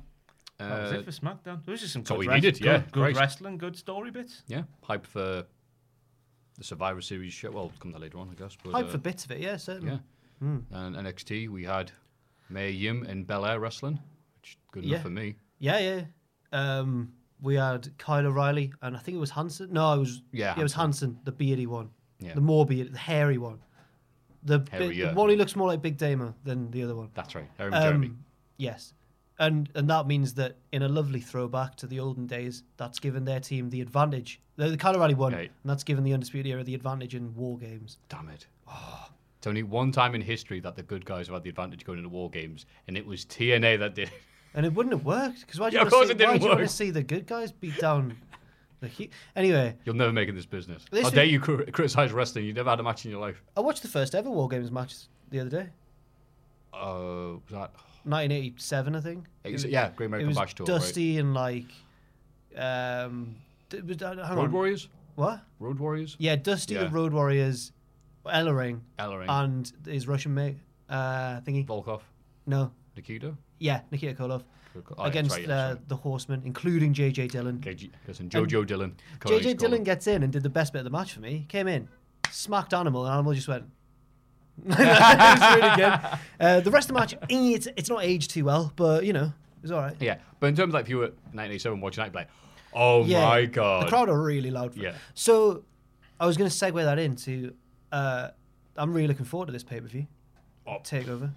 S4: that was
S2: Uh,
S4: it for SmackDown. It was just some
S2: that's all
S4: good,
S2: we
S4: wrest-
S2: needed,
S4: good,
S2: yeah,
S4: good
S2: Christ.
S4: wrestling, good story bits.
S2: yeah, hype for the Survivor Series show. Well, we'll come to that later on, I guess. But,
S3: Hype
S2: uh,
S3: for Hmm. bits of it. Yeah, certainly.
S2: Yeah. And NXT, we had Mae Yim and Bel Air wrestling, which is good enough
S3: Yeah.
S2: for me.
S3: Yeah, yeah. Um, we had Kyle O'Reilly, and I think it was Hanson. No, it was
S2: Yeah,
S3: it was Hanson, the beardy one,
S2: Yeah.
S3: the more beard, the hairy one, the, big-
S2: Hairier.
S3: the one who looks more like Big Damo than the other one.
S2: That's right. Harry and Jeremy.
S3: Um, yes, and and that means that in a lovely throwback to the olden days, that's given their team the advantage. The, the Kyle O'Reilly won,
S2: Right.
S3: and that's given the Undisputed Era the advantage in war games.
S2: Damn it.
S3: oh.
S2: It's only one time in history that the good guys have had the advantage going into war games, and it <laughs> was TNA that did.
S3: And it wouldn't have worked because why do
S2: Yeah,
S3: you
S2: of course
S3: want to see,
S2: it didn't
S3: why do you want
S2: work.
S3: to see the good guys beat down the he- anyway?
S2: You'll never make it in this business.
S3: This
S2: How
S3: is-
S2: dare you cr- criticize wrestling? You never had a match in your life.
S3: I watched the first ever war games match the other day.
S2: Uh, was that?
S3: 1987, I think.
S2: it was- yeah, Great
S3: It
S2: American
S3: was
S2: Bash Tour. Right?
S3: dusty and like, um, d- was- uh, hang
S2: Road
S3: on.
S2: Warriors?
S3: What?
S2: Road Warriors?
S3: Yeah, dusty
S2: Yeah.
S3: the Road Warriors, Ellering,
S2: Ellering.
S3: and his Russian mate uh, thingy.
S2: Volkov?
S3: No,
S2: Nikita?
S3: yeah, Nikita Kolov
S2: Volkov- oh, yeah, that's
S3: against
S2: right, yeah, that's
S3: uh,
S2: right.
S3: the Horsemen, including JJ Dillon.
S2: Okay, G- listen, Jojo Dillon. Come on, score.
S3: JJ Um, Dillon gets in and did the best bit of the match for me. Came in, smacked Animal, and Animal
S2: <laughs>
S3: just went. <laughs> it was really good. Uh, the rest of the match, eh, it's, it's not aged too well, but you know, it was all right.
S2: Yeah, but in terms of like if you were 1987 watching that, you'd be like, oh my god.
S3: The crowd are really loud. For it.
S2: Yeah.
S3: So I was going to segue that into uh, I'm really looking forward to this pay per view.
S2: Oh.
S3: Takeover.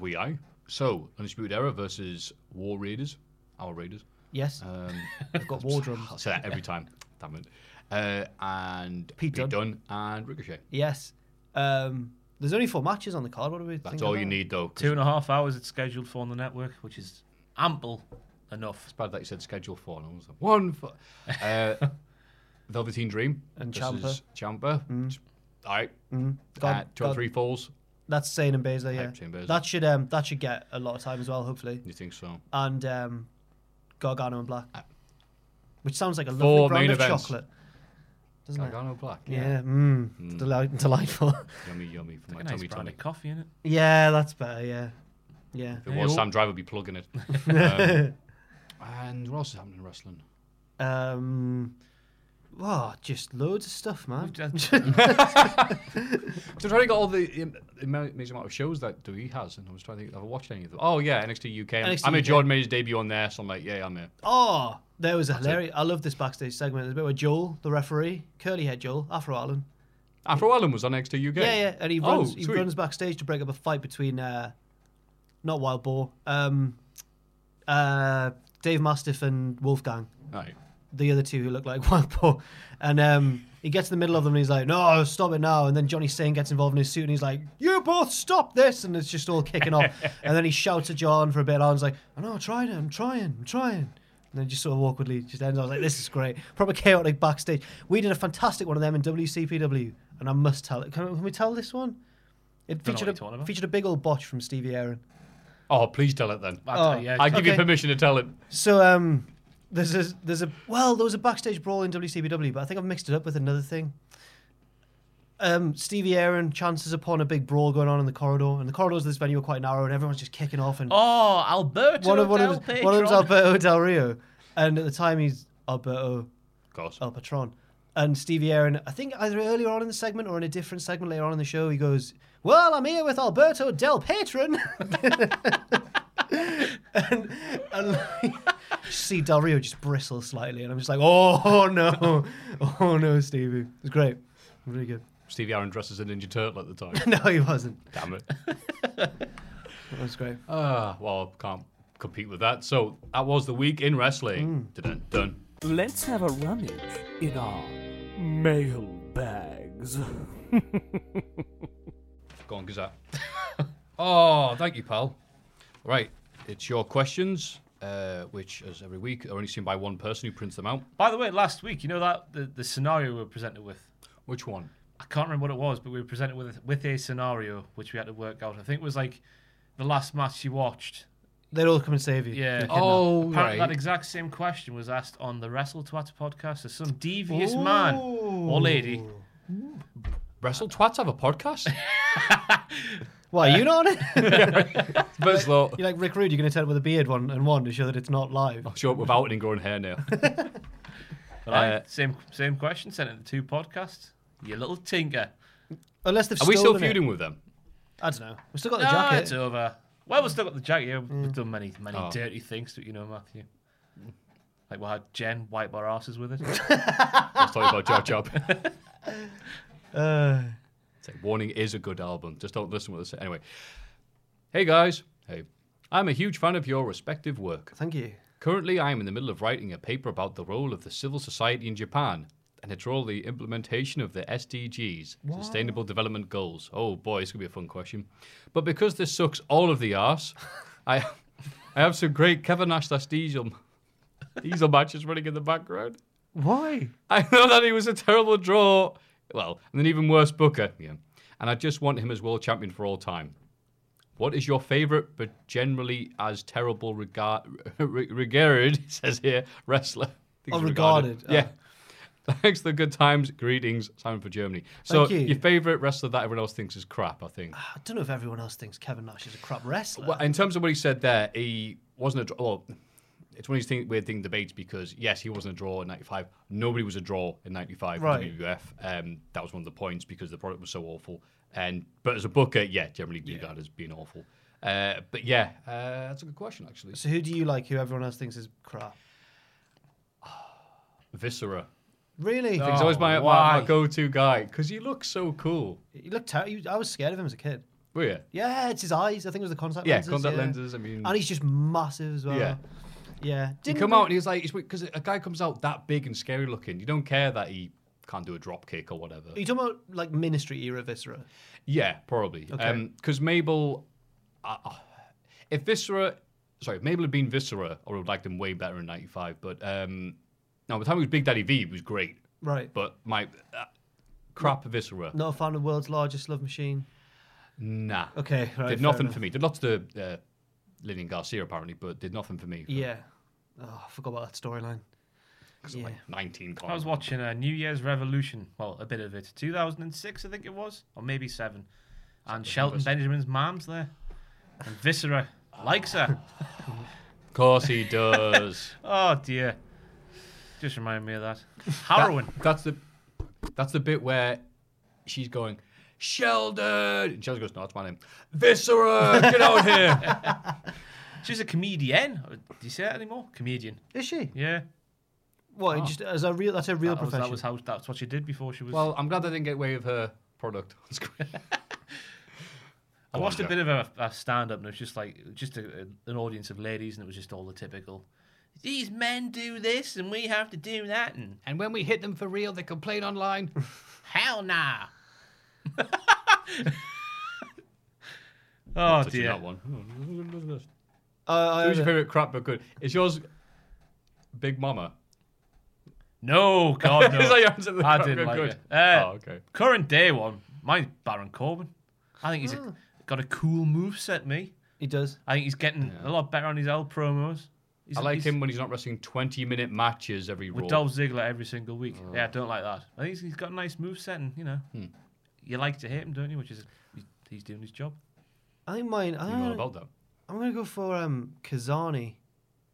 S2: We are. So, Undisputed Era versus War Raiders. Our Raiders.
S3: Yes. <laughs>
S2: Um,
S3: I've got war
S2: I'll
S3: drums.
S2: say that every time. Damn it. Uh, and
S3: Pete
S2: Pete
S3: Dunne.
S2: Dunne and Ricochet.
S3: Yes. Um, there's only four matches on the card. What do we
S2: That's
S3: think
S2: all
S3: of
S2: you
S3: that?
S2: need, though. 'cause
S4: Two and a half hours it's scheduled for on the network, which is ample enough.
S2: It's bad that you said schedule four. And I was like, one for
S3: <laughs>
S2: uh, Velveteen Dream
S3: And Mm-hmm.
S2: versus Champa. All right. uh,
S3: God-
S2: two or
S3: God-
S2: three falls.
S3: That's Sane and Baszler. Yeah.
S2: Hype Team Baszler.
S3: That should um, that should get a lot of time as well, hopefully.
S2: You think so?
S3: And um, Gargano and Black, which sounds like a
S2: Uh, Four
S3: lovely
S2: main
S3: brand of
S2: events.
S3: chocolate. Doesn't it?
S2: Gargano Black.
S3: Yeah. Mm, Delight- delightful. <laughs>
S2: Yummy, yummy for my
S4: A nice
S2: tummy,
S4: brand
S2: tummy.
S4: of coffee in it.
S3: yeah, that's better. Yeah. Yeah.
S2: If it was,
S4: all-
S2: Sam Driver would be plugging it. Um, and what else is happening in wrestling?
S3: Um, wow, just loads of stuff, man.
S2: So I'm trying to get all the um, amazing amount of shows that Dewey has, and I was trying to think, have I watched any of them? Oh, yeah, NXT UK. I'm-
S3: NXT
S2: I mean,
S3: UK.
S2: Jordan made his debut on there, so I'm like, yeah, I'm here.
S3: oh, there was a hilarious. I love this backstage segment. There's a bit where Joel, the referee, curly head Joel, Afro Allen.
S2: Afro Allen was on NXT UK.
S3: Yeah, yeah, and he
S2: Oh,
S3: runs. he
S2: sweet.
S3: runs backstage to break up a fight between, uh, not Wild Boar, um, uh, Dave Mastiff and Wolfgang.
S2: Right.
S3: the other two who look like <laughs> Wild Boar. And um, he gets in the middle of them and he's like, no, stop it now. And then Johnny Singh gets involved in his suit and he's like, you both stop this. And it's just all kicking
S4: <laughs>
S3: off. And then he shouts at John for a bit. Alan's like, I know, I'm trying it. I'm trying. I'm trying. And then just sort of awkwardly just ends. I was like, this is great. Proper chaotic backstage. We did a fantastic one of them in WCPW. And I must tell it. Can, can we tell this one? It
S4: Don't know
S3: featured
S4: what you're talking
S3: a,
S4: about.
S3: featured a big old botch from Stevie Aaron.
S2: Oh, please tell it then.
S4: I'd-
S3: Oh.
S4: yeah,
S2: I give you
S3: okay.
S2: permission to tell it.
S3: So um, there's a there's a well there was a backstage brawl in WCBW, but I think I've mixed it up with another thing. um, Stevie Aaron chances upon a big brawl going on in the corridor, and the corridors of this venue are quite narrow, and everyone's just kicking off. And
S4: Oh, Alberto
S3: one of one
S4: Del
S3: of, them- one of them's
S4: Pietro.
S3: Alberto Del Rio, and at the time he's Alberto
S2: Of course.
S3: El Patron. And Stevie Aaron, I think either earlier on in the segment or in a different segment later on in the show, he goes, Well, I'm here with Alberto Del Patron. <laughs> and and like, <laughs> see Del Rio just bristle slightly. And I'm just like, Oh, <laughs> no. Oh, no, Stevie. It was great. Really good. <laughs>
S2: Stevie Aaron dresses a Ninja Turtle at the time.
S3: No, he wasn't.
S2: Damn it.
S3: That was great.
S2: Ah, well, can't compete with that. So that was the week in wrestling. Dun dun.
S1: Let's have a rummage in our mail bags.
S2: Go on, Gazette. <laughs> oh, thank you, pal. Right, it's your questions, uh, which, as every week, are only seen by one person who prints them out.
S4: By the way, last week, you know that the, the scenario we were presented with.
S2: Which one?
S4: I can't remember what it was, but we were presented with with a scenario which we had to work out. I think it was like the last match you watched.
S3: They'd all come and save you.
S4: Yeah.
S2: Oh, right.
S4: Apparently, that exact same question was asked on the Wrestle Twats podcast. So some devious man or lady.
S2: Wrestle Twats have a podcast? <laughs>
S3: Why, you
S2: Uh,
S3: not <laughs> on it?
S2: First <laughs> thought,
S3: You're like Rick Rude, you're going to turn up with a beard one and one to show that it's not live.
S2: show up without an ingrown hairnail.
S4: But I, Uh, same same question sent it to two podcasts. You little tinker.
S3: Unless they've
S2: Are we still
S3: stolen it.
S2: feuding with them?
S3: I don't know. We've still got the
S4: No,
S3: jacket.
S4: it's over. Well, we've still got the jacket. Yeah, we've done many many
S2: Oh.
S4: dirty things, to, you know, Matthew. Like we had Jen wipe our asses with it.
S2: Let's talk about Jar Job.
S3: Uh,
S2: Warning is a good album. Just don't listen to what they say. Anyway. Hey, guys. Hey. I'm a huge fan of your respective work.
S3: thank you.
S2: Currently, I am in the middle of writing a paper about the role of the civil society in Japan and its role in the implementation of the SDGs, Sustainable Development Goals. Oh boy, it's going to be a fun question. But because this sucks all of the arse, I, I have some great Kevin Nash slash Diesel, Diesel matches running in the background.
S3: Why?
S2: <laughs> I know that he was a terrible draw. Well, and an even worse booker. Yeah. And I just want him as world champion for all time. What is your favourite, but generally as terrible regard, <laughs> re- regarded, <laughs> it says here, wrestler? I think
S3: Oh,
S2: it's
S3: regarded.
S2: Yeah. <laughs> Thanks for the good times. Greetings, Simon for Germany. So,
S3: Thank you.
S2: your favourite wrestler that everyone else thinks is crap, I think.
S3: I don't know if everyone else thinks Kevin Nash is a crap wrestler.
S2: Well, in terms of what he said there, he wasn't a draw. Well, it's one of these thing, weird thing debates because yes, he wasn't a draw in '95. Nobody was a draw in '95
S3: Right.
S2: in WWF. Um, that was one of the points because the product was so awful. And but as a booker, yeah, generally regarded as being awful. Uh, but yeah, uh, that's a good question actually.
S3: so who do you like who everyone else thinks is crap?
S2: Viscera.
S3: Really?
S2: I think he's always my, my, my go-to guy because he looks so cool.
S3: He looked terrible. I was scared of him as a kid.
S2: Oh yeah,
S3: Yeah, it's his eyes. I think it was the contact
S2: yeah,
S3: lenses.
S2: contact lenses. I mean,
S3: And he's just massive as well.
S2: Yeah.
S3: Yeah.
S2: he
S3: Didn't
S2: come out and he was like, because a guy comes out that big and scary looking, you don't care that he can't do a drop kick or whatever.
S3: Are you talking about like ministry era Viscera?
S2: Yeah, probably. Because Mabel, uh, uh, if Viscera, sorry, if Mabel had been Viscera, I would have liked him way better in '95. But um, no, by the time he was Big Daddy V, he was great.
S3: Right.
S2: But my uh, crap Viscera,
S3: Not a fan of the world's largest love machine.
S2: nah.
S3: Okay, right. fair
S2: did nothing
S3: enough.
S2: for me. Did lots to uh, Lillian Garcia apparently, but did nothing for me. For
S3: Yeah. Oh, I forgot about that storyline. Yeah.
S2: like 19
S4: I was watching a New Year's Revolution, well, a bit of it, 2006, I think it was, or maybe seven. And Shelton Benjamin's mom's there, and Viscera likes her.
S2: Of course he does. <laughs>
S4: Oh dear, just reminded me of that. Harrowing.
S2: That- that's the that's the bit where she's going, Sheldon. And Sheldon goes, No, that's my name. Viscera, get out here.
S4: She's a comedian. Uh, Do you say that anymore? Comedian.
S3: Is she?
S4: Yeah.
S3: What?
S2: Oh.
S3: Just as a real? That's a real
S4: That was,
S3: profession.
S4: that was how. That's what she did before she was.
S2: well, I'm glad they didn't get away with her product on screen. <laughs>
S4: I watched a
S2: wonder.
S4: bit of a, a stand up, and it was just like just a, a- an audience of ladies, and it was just all the typical. These men do this, and we have to do that, and
S2: and when we hit them for real, they complain <laughs> online.
S4: Hell nah. <laughs> oh
S2: Touching
S4: dear.
S2: That one.
S3: Uh, I-
S2: Who's your favorite crap but good? Is yours Big Mama?
S4: No,
S2: <laughs>
S4: God no.
S2: Is that your answer to the
S4: I
S2: crap
S4: didn't
S2: but
S4: like
S2: good?
S4: it. Uh,
S2: oh, okay.
S4: Current day one, mine's Baron Corbin. I think he's
S2: Hmm.
S4: a, got a cool move set. Me,
S3: he does.
S4: I think he's getting a lot better on his L promos. He's,
S2: I like
S4: he's-
S2: him when he's not wrestling 20 minute matches every
S4: with
S2: Raw. Oh. Hmm.
S4: Dolph Ziggler every single week. Yeah, I don't like that. I think he's- he's got a nice move set, and you know, you like to hate him, don't you? Which is he's- he's doing his job.
S3: I think mine. I
S2: You know all about that.
S3: I'm gonna go for um Kazani.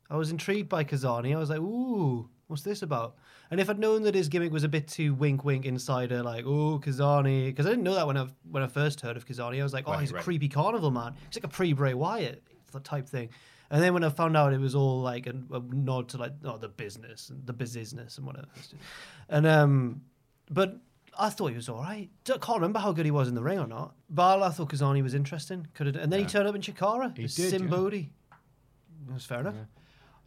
S3: I was intrigued by Kazani. I was like, ooh, what's this about? And if I'd known that his gimmick was a bit too wink wink insider, like, oh Kazani, because I didn't know that when I when I first heard of Kazani, I was like, oh,
S2: Right,
S3: he's a
S2: right.
S3: creepy carnival man. He's like a pre Bray Wyatt type thing. And then when I found out it was all like a, a nod to like oh the business and the business and whatever, and um, but I thought he was all right. I can't remember how good he was in the ring or not. But I thought Kazani was interesting. Could have, and then he turned up in Chikara.
S2: He
S3: as
S2: did,
S3: Sim
S2: yeah.
S3: Bodhi. That's fair enough.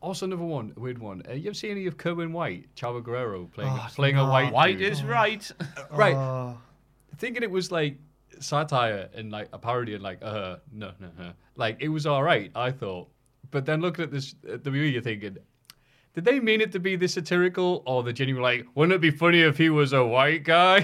S2: Also, another one, a weird one. Uh, you ever seen any of Kerwin White, Chavo Guerrero playing
S3: Oh,
S2: playing
S3: no.
S2: a white
S4: White
S2: dude?
S4: is right.
S2: right.
S3: Oh,
S2: thinking it was like satire and like a parody and like uh no no no like it was all right I thought but then looking at this at the movie you're thinking did they mean it to be this satirical or the genuine like wouldn't it be funny if he was a white guy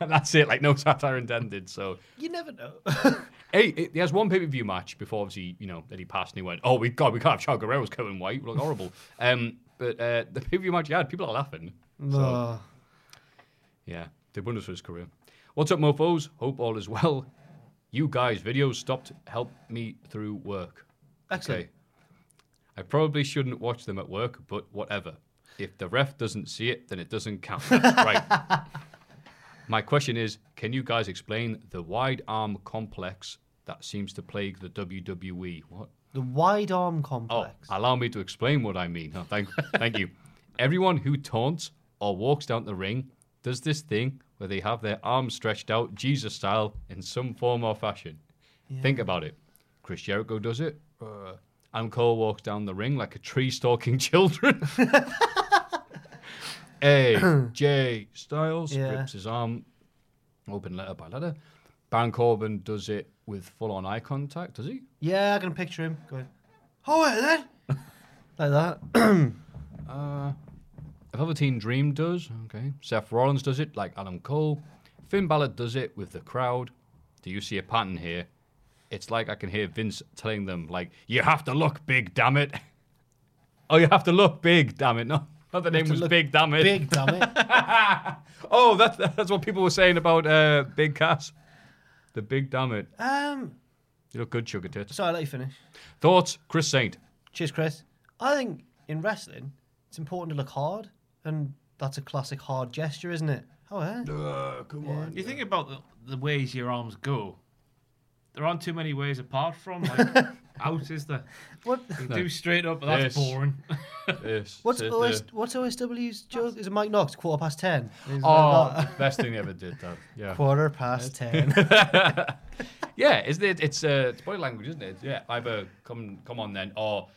S2: And <laughs> that's it like no satire intended so
S3: you never
S2: <laughs>
S3: know. <laughs>
S2: hey it, he has one pay per view match before obviously you know that he passed and he went oh we God we can't have Char Guerrero's Kevin White we look horrible <laughs> um but uh, the pay per view match he had people are laughing so
S3: Oh,
S2: yeah, did wonders for his career. What's up, mofos? Hope all is well. You guys' videos stopped help me through work.
S3: excellent.
S2: I probably shouldn't watch them at work, but whatever. If the ref doesn't see it, then it doesn't count. right. My question is, can you guys explain the wide arm complex that seems to plague the WWE? What?
S3: The wide arm
S2: Oh,
S3: complex.
S2: allow me to explain what I mean. Oh, thank, thank you. Everyone who taunts or walks down the ring does this thing where they have their arms stretched out Jesus style in some form or fashion. Think about it. Chris Jericho does it. Uh, and Cole walks down the ring like a tree stalking <laughs>
S3: <laughs>
S2: children. AJ Styles
S3: Yeah.
S2: grips his arm open letter by letter. Baron Corbin does it with full on eye contact, does he?
S3: Yeah, I can picture him going. Oh, wait then.
S2: <laughs>
S3: like that.
S2: Velveteen Dream does. Okay. Seth Rollins does it, like Adam Cole. Finn Balor does it with the crowd. Do you see a pattern here? It's like I can hear Vince telling them, like, you have to look big, damn it. <laughs> oh, you have to look big, damn it. No, not the name was Big, damn it.
S3: Big damn it.
S2: Oh, that's that's what people were saying about uh, Big Cass. The Big, damn it.
S3: <laughs> Um,
S2: You look good, sugar tits.
S3: sorry, let you finish.
S2: Thoughts, Chris Saint.
S3: Cheers, Chris. I think in wrestling, it's important to look hard, and that's a classic hard gesture, isn't it? Oh, yeah.
S4: You think about the, the ways your arms go. There aren't too many ways apart from
S2: <laughs>
S4: like out is there.
S3: What?
S4: You do straight up, but that's
S2: Yes.
S4: boring.
S2: Yes.
S3: What's
S2: Sit
S3: OS,
S2: there.
S3: what's OSW's joke? Is it Mike Knox? Quarter past ten. Is that
S2: Oh,
S3: not-
S2: best thing they ever did, that. Yeah.
S3: quarter past ten.
S2: Yeah, isn't it? It's uh, it's body language, isn't it? Yeah, either come come on then, or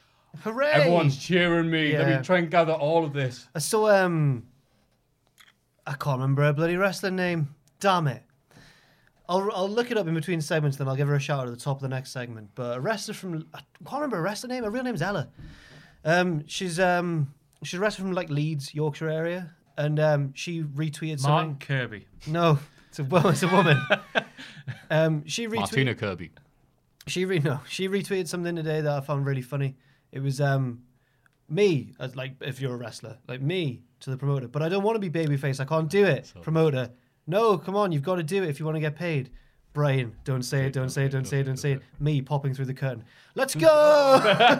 S3: Hooray!
S2: everyone's cheering me. Let
S3: Yeah.
S2: me try and gather all of this.
S3: I saw um, I can't remember her bloody wrestling name. Damn it! I'll I'll look it up in between segments. Then I'll give her a shout out at the top of the next segment. But a wrestler from I can't remember her wrestler name. Her real name's Ella. Um, she's um, she's a wrestler from like Leeds, Yorkshire area, and um, she retweeted
S4: Martin
S3: something.
S4: Kirby.
S3: No, it's a, wo- it's a woman. um, she retweeted.
S2: Martina Kirby.
S3: She re- <laughs> no, she retweeted something today that I found really funny. It was um me as like if you're a wrestler, like me to the promoter, but I don't want to be babyface. I can't do it. Promoter, no, come on, you've got to do it if you want to get paid. Brian, don't say it, don't say it, don't say it, don't say it. Me popping through the curtain. Let's go.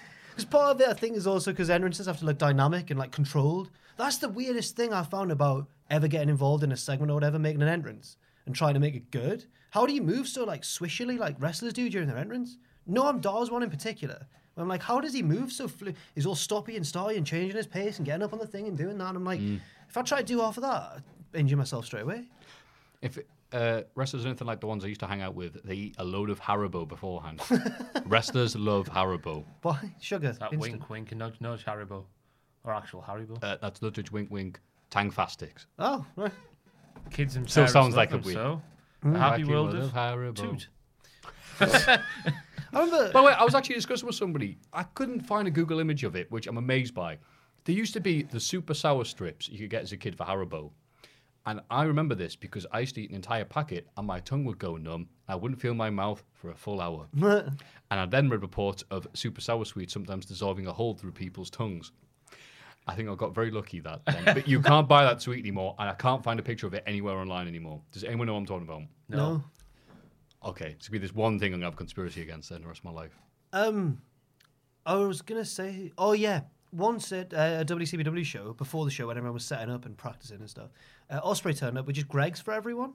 S3: Because part of it, I think, is also because entrances have to look dynamic and like controlled. That's the weirdest thing I found about ever getting involved in a segment or whatever, making an entrance and trying to make it good. How do you move so like swishily like wrestlers do during their entrance? Noam Dar's one in particular. I'm like, how does he move so? Flu- He's all stoppy and starry and changing his pace and getting up on the thing and doing that. I'm like, if I try to do half of that, I injure myself straight away. <laughs>
S2: If uh, wrestlers are anything like the ones I used to hang out with, they eat a load of Haribo beforehand. wrestlers love Haribo.
S3: Why sugar?
S4: That
S3: instant.
S4: wink, wink, and nudge, nudge, Haribo, or actual Haribo.
S2: Uh, that's Nuttage Wink Wink Tang Fastics.
S3: Oh, right.
S4: Kids and
S2: still
S4: parents
S2: sounds
S4: love
S2: like a
S4: them,
S2: week.
S4: So,
S3: Mm.
S4: the happy
S2: Wacky
S4: world
S2: world
S4: of
S2: of Haribo.
S4: Toot.
S3: I remember. <laughs>
S2: By the way, I was actually discussing with somebody. I couldn't find a Google image of it, which I'm amazed by. There used to be the super sour strips you could get as a kid for Haribo. And I remember this because I used to eat an entire packet and my tongue would go numb. I wouldn't feel my mouth for a full hour. and I then read reports of super sour sweets sometimes dissolving a hole through people's tongues. I think I got very lucky that. Then. But you can't buy that tweet anymore, and I can't find a picture of it anywhere online anymore. Does anyone know what I'm talking about?
S3: No.
S2: Okay, it's gonna be this one thing I'm gonna have conspiracy against then the rest of my life.
S3: Um, I was gonna say, oh yeah, once at uh, a WCBW show before the show when everyone was setting up and practicing and stuff, uh, Osprey turned up with just Greg's for everyone.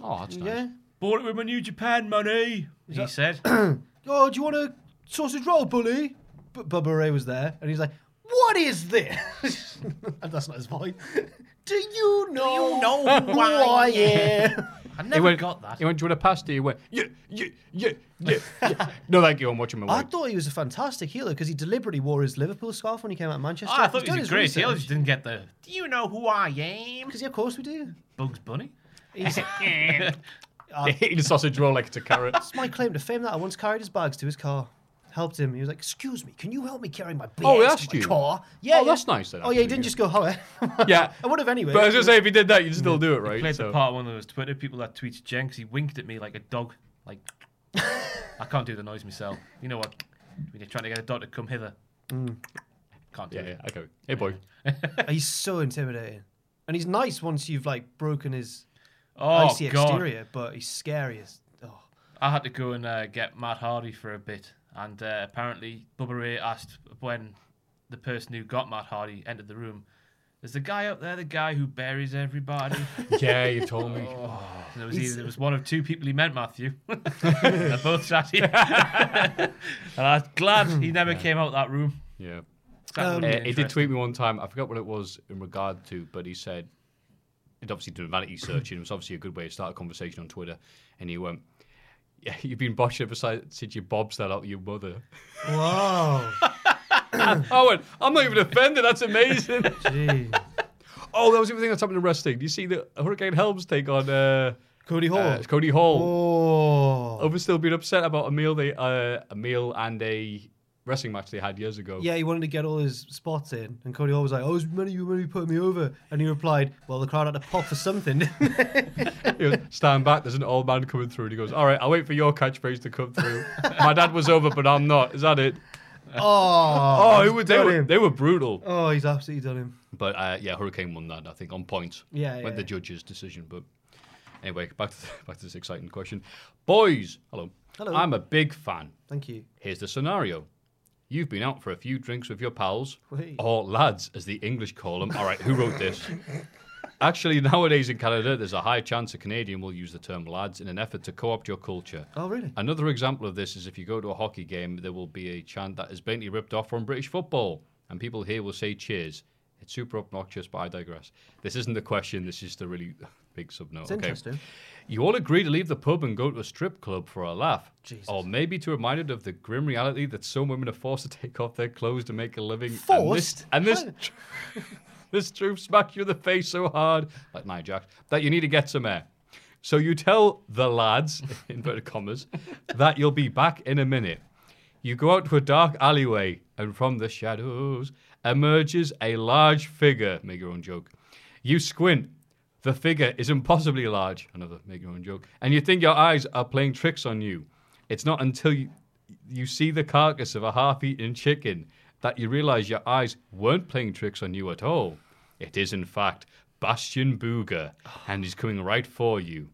S2: Oh, that's nice.
S3: Yeah.
S4: Bought it with my New Japan money,
S3: <coughs>
S4: he said.
S3: Oh, do you want a sausage roll, bully? But Bubba Ray was there, and he's like, "What is this?" <laughs> and that's not his voice. <laughs> Do you know? Do you know <laughs> who I am?
S4: I never got that.
S2: He went to a pasty. He went, yeah, yeah, yeah, yeah, yeah.
S4: <laughs>
S2: <laughs> no, thank you. I'm watching my
S3: <laughs> I
S2: work.
S3: thought he was a fantastic healer because he deliberately wore his Liverpool scarf when he came out of Manchester.
S4: Ah, I thought
S3: done
S4: he
S3: his
S4: was a great
S3: research.
S4: heel. Just didn't get the. Do you know who I am?
S3: Because yeah, of course we do.
S4: Bugs Bunny. <laughs>
S3: He's, <laughs>
S2: <laughs> Eating a sausage roll like it's a carrot.
S3: It's my claim to fame that I once carried his bags to his car. Helped him. He was like, "Excuse me, can you help me carry my bags
S2: Oh, he
S3: to
S2: asked
S3: my
S2: you?
S3: car?" Yeah,
S2: Oh,
S3: yeah.
S2: that's nice then,
S3: Oh, yeah, he
S2: actually, yeah.
S3: didn't just go, "Hello."
S2: Yeah.
S3: <laughs> I would have anyway.
S2: But I was gonna say, if he did that, you'd still do it, right?
S4: played
S2: So-
S4: the part of one of those Twitter people that tweets Jen 'cause he winked at me like a dog.
S3: <laughs>
S4: Like, I can't do the noise myself. You know what? When you're trying to get a dog to come hither,
S3: Mm.
S4: can't do
S2: Yeah, yeah.
S4: it.
S2: Okay. Hey, boy.
S3: He's so intimidating, and he's nice once you've like broken his
S4: Oh
S3: icy
S4: god!
S3: exterior, but he's scary as. Oh.
S4: I had to go and uh, get Matt Hardy for a bit, and uh, apparently Bubba Ray asked when the person who got Matt Hardy entered the room. There's the guy up there, the guy who
S3: <laughs>
S4: buries everybody.
S2: <laughs> Yeah, you told me.
S4: Oh. And there was either there was one of two people he met, Matthew. <laughs>
S3: <laughs>
S4: They're both sat here, <laughs> and I'm glad he never came out that room.
S2: Yeah.
S4: That
S3: Um,
S4: would've
S2: Uh,
S4: been
S2: he did
S4: interesting.
S2: tweet me one time. I forgot what it was in regard to, but he said, it obviously did a
S4: <coughs>
S2: vanity search, and it was obviously a good way to start a conversation on Twitter. And he went, "Yeah, <laughs> you've been boshed ever si- since you bobs that out of your
S4: <laughs>
S2: mother."
S3: Wow. <laughs>
S2: I went, "I'm not even offended. That's amazing."
S4: <laughs>
S3: Gee.
S2: oh, that was the other thing that's happened in wrestling. Do you see the Hurricane Helms take on uh,
S3: Cody Hall.
S2: uh, Cody Hall?
S3: oh.
S2: Over still being upset about a meal they uh, a meal and a wrestling match they had years ago.
S3: Yeah, he wanted to get all his spots in, and Cody Hall was like, "Oh, it's many you many put me over," and he replied, "Well, the crowd had to pop for something." <laughs> didn't they?"
S2: He goes, stand back, there's an old man coming through. And he goes, all right, I'll wait for your catchphrase to come
S3: <laughs>
S2: through. My dad was over, but I'm not. Is that it?
S3: oh,
S2: Oh, it was, they,
S3: done
S2: were,
S3: him.
S2: they were brutal.
S3: oh, he's absolutely done him.
S2: But uh, yeah, Hurricane won that, I think, on points.
S3: Yeah,
S2: Went
S3: yeah.
S2: the judge's decision. But anyway, back to, <laughs> back to this exciting question. Boys, hello.
S3: Hello.
S2: I'm a big fan.
S3: Thank you.
S2: Here's the scenario. You've been out for a few drinks with your pals,
S3: Wait.
S2: or lads, as the English call them. All right, who wrote this?
S3: <laughs>
S2: Actually, nowadays in Canada, there's a high chance a Canadian will use the term lads in an effort to co opt your culture.
S3: Oh, really?
S2: Another example of this is if you go to a hockey game, there will be a chant that is blatantly ripped off from British football, and people here will say cheers. It's super obnoxious, but I digress. This isn't the question, this is just a really <laughs> big subnote.
S3: It's
S2: okay.
S3: interesting.
S2: You all agree to leave the pub and go to a strip club for a laugh.
S3: Jesus.
S2: Or maybe to remind it of the grim reality that some women are forced to take off their clothes to make a living.
S3: Forced?
S2: And this, and this, <laughs> this truth smacks you in the face so hard, like my Jack, that you need to get some air. So you tell the lads, <laughs> inverted commas, that you'll be back in a minute. You go out to a dark alleyway, and from the shadows emerges a large figure. Make your own joke. You squint. The figure is impossibly large. Another make your own joke. And you think your eyes are playing tricks on you. It's not until you, you see the carcass of a half eaten chicken that you realize your eyes weren't playing tricks on you at all. It is, in fact, Bastion Booger, and he's coming right for you.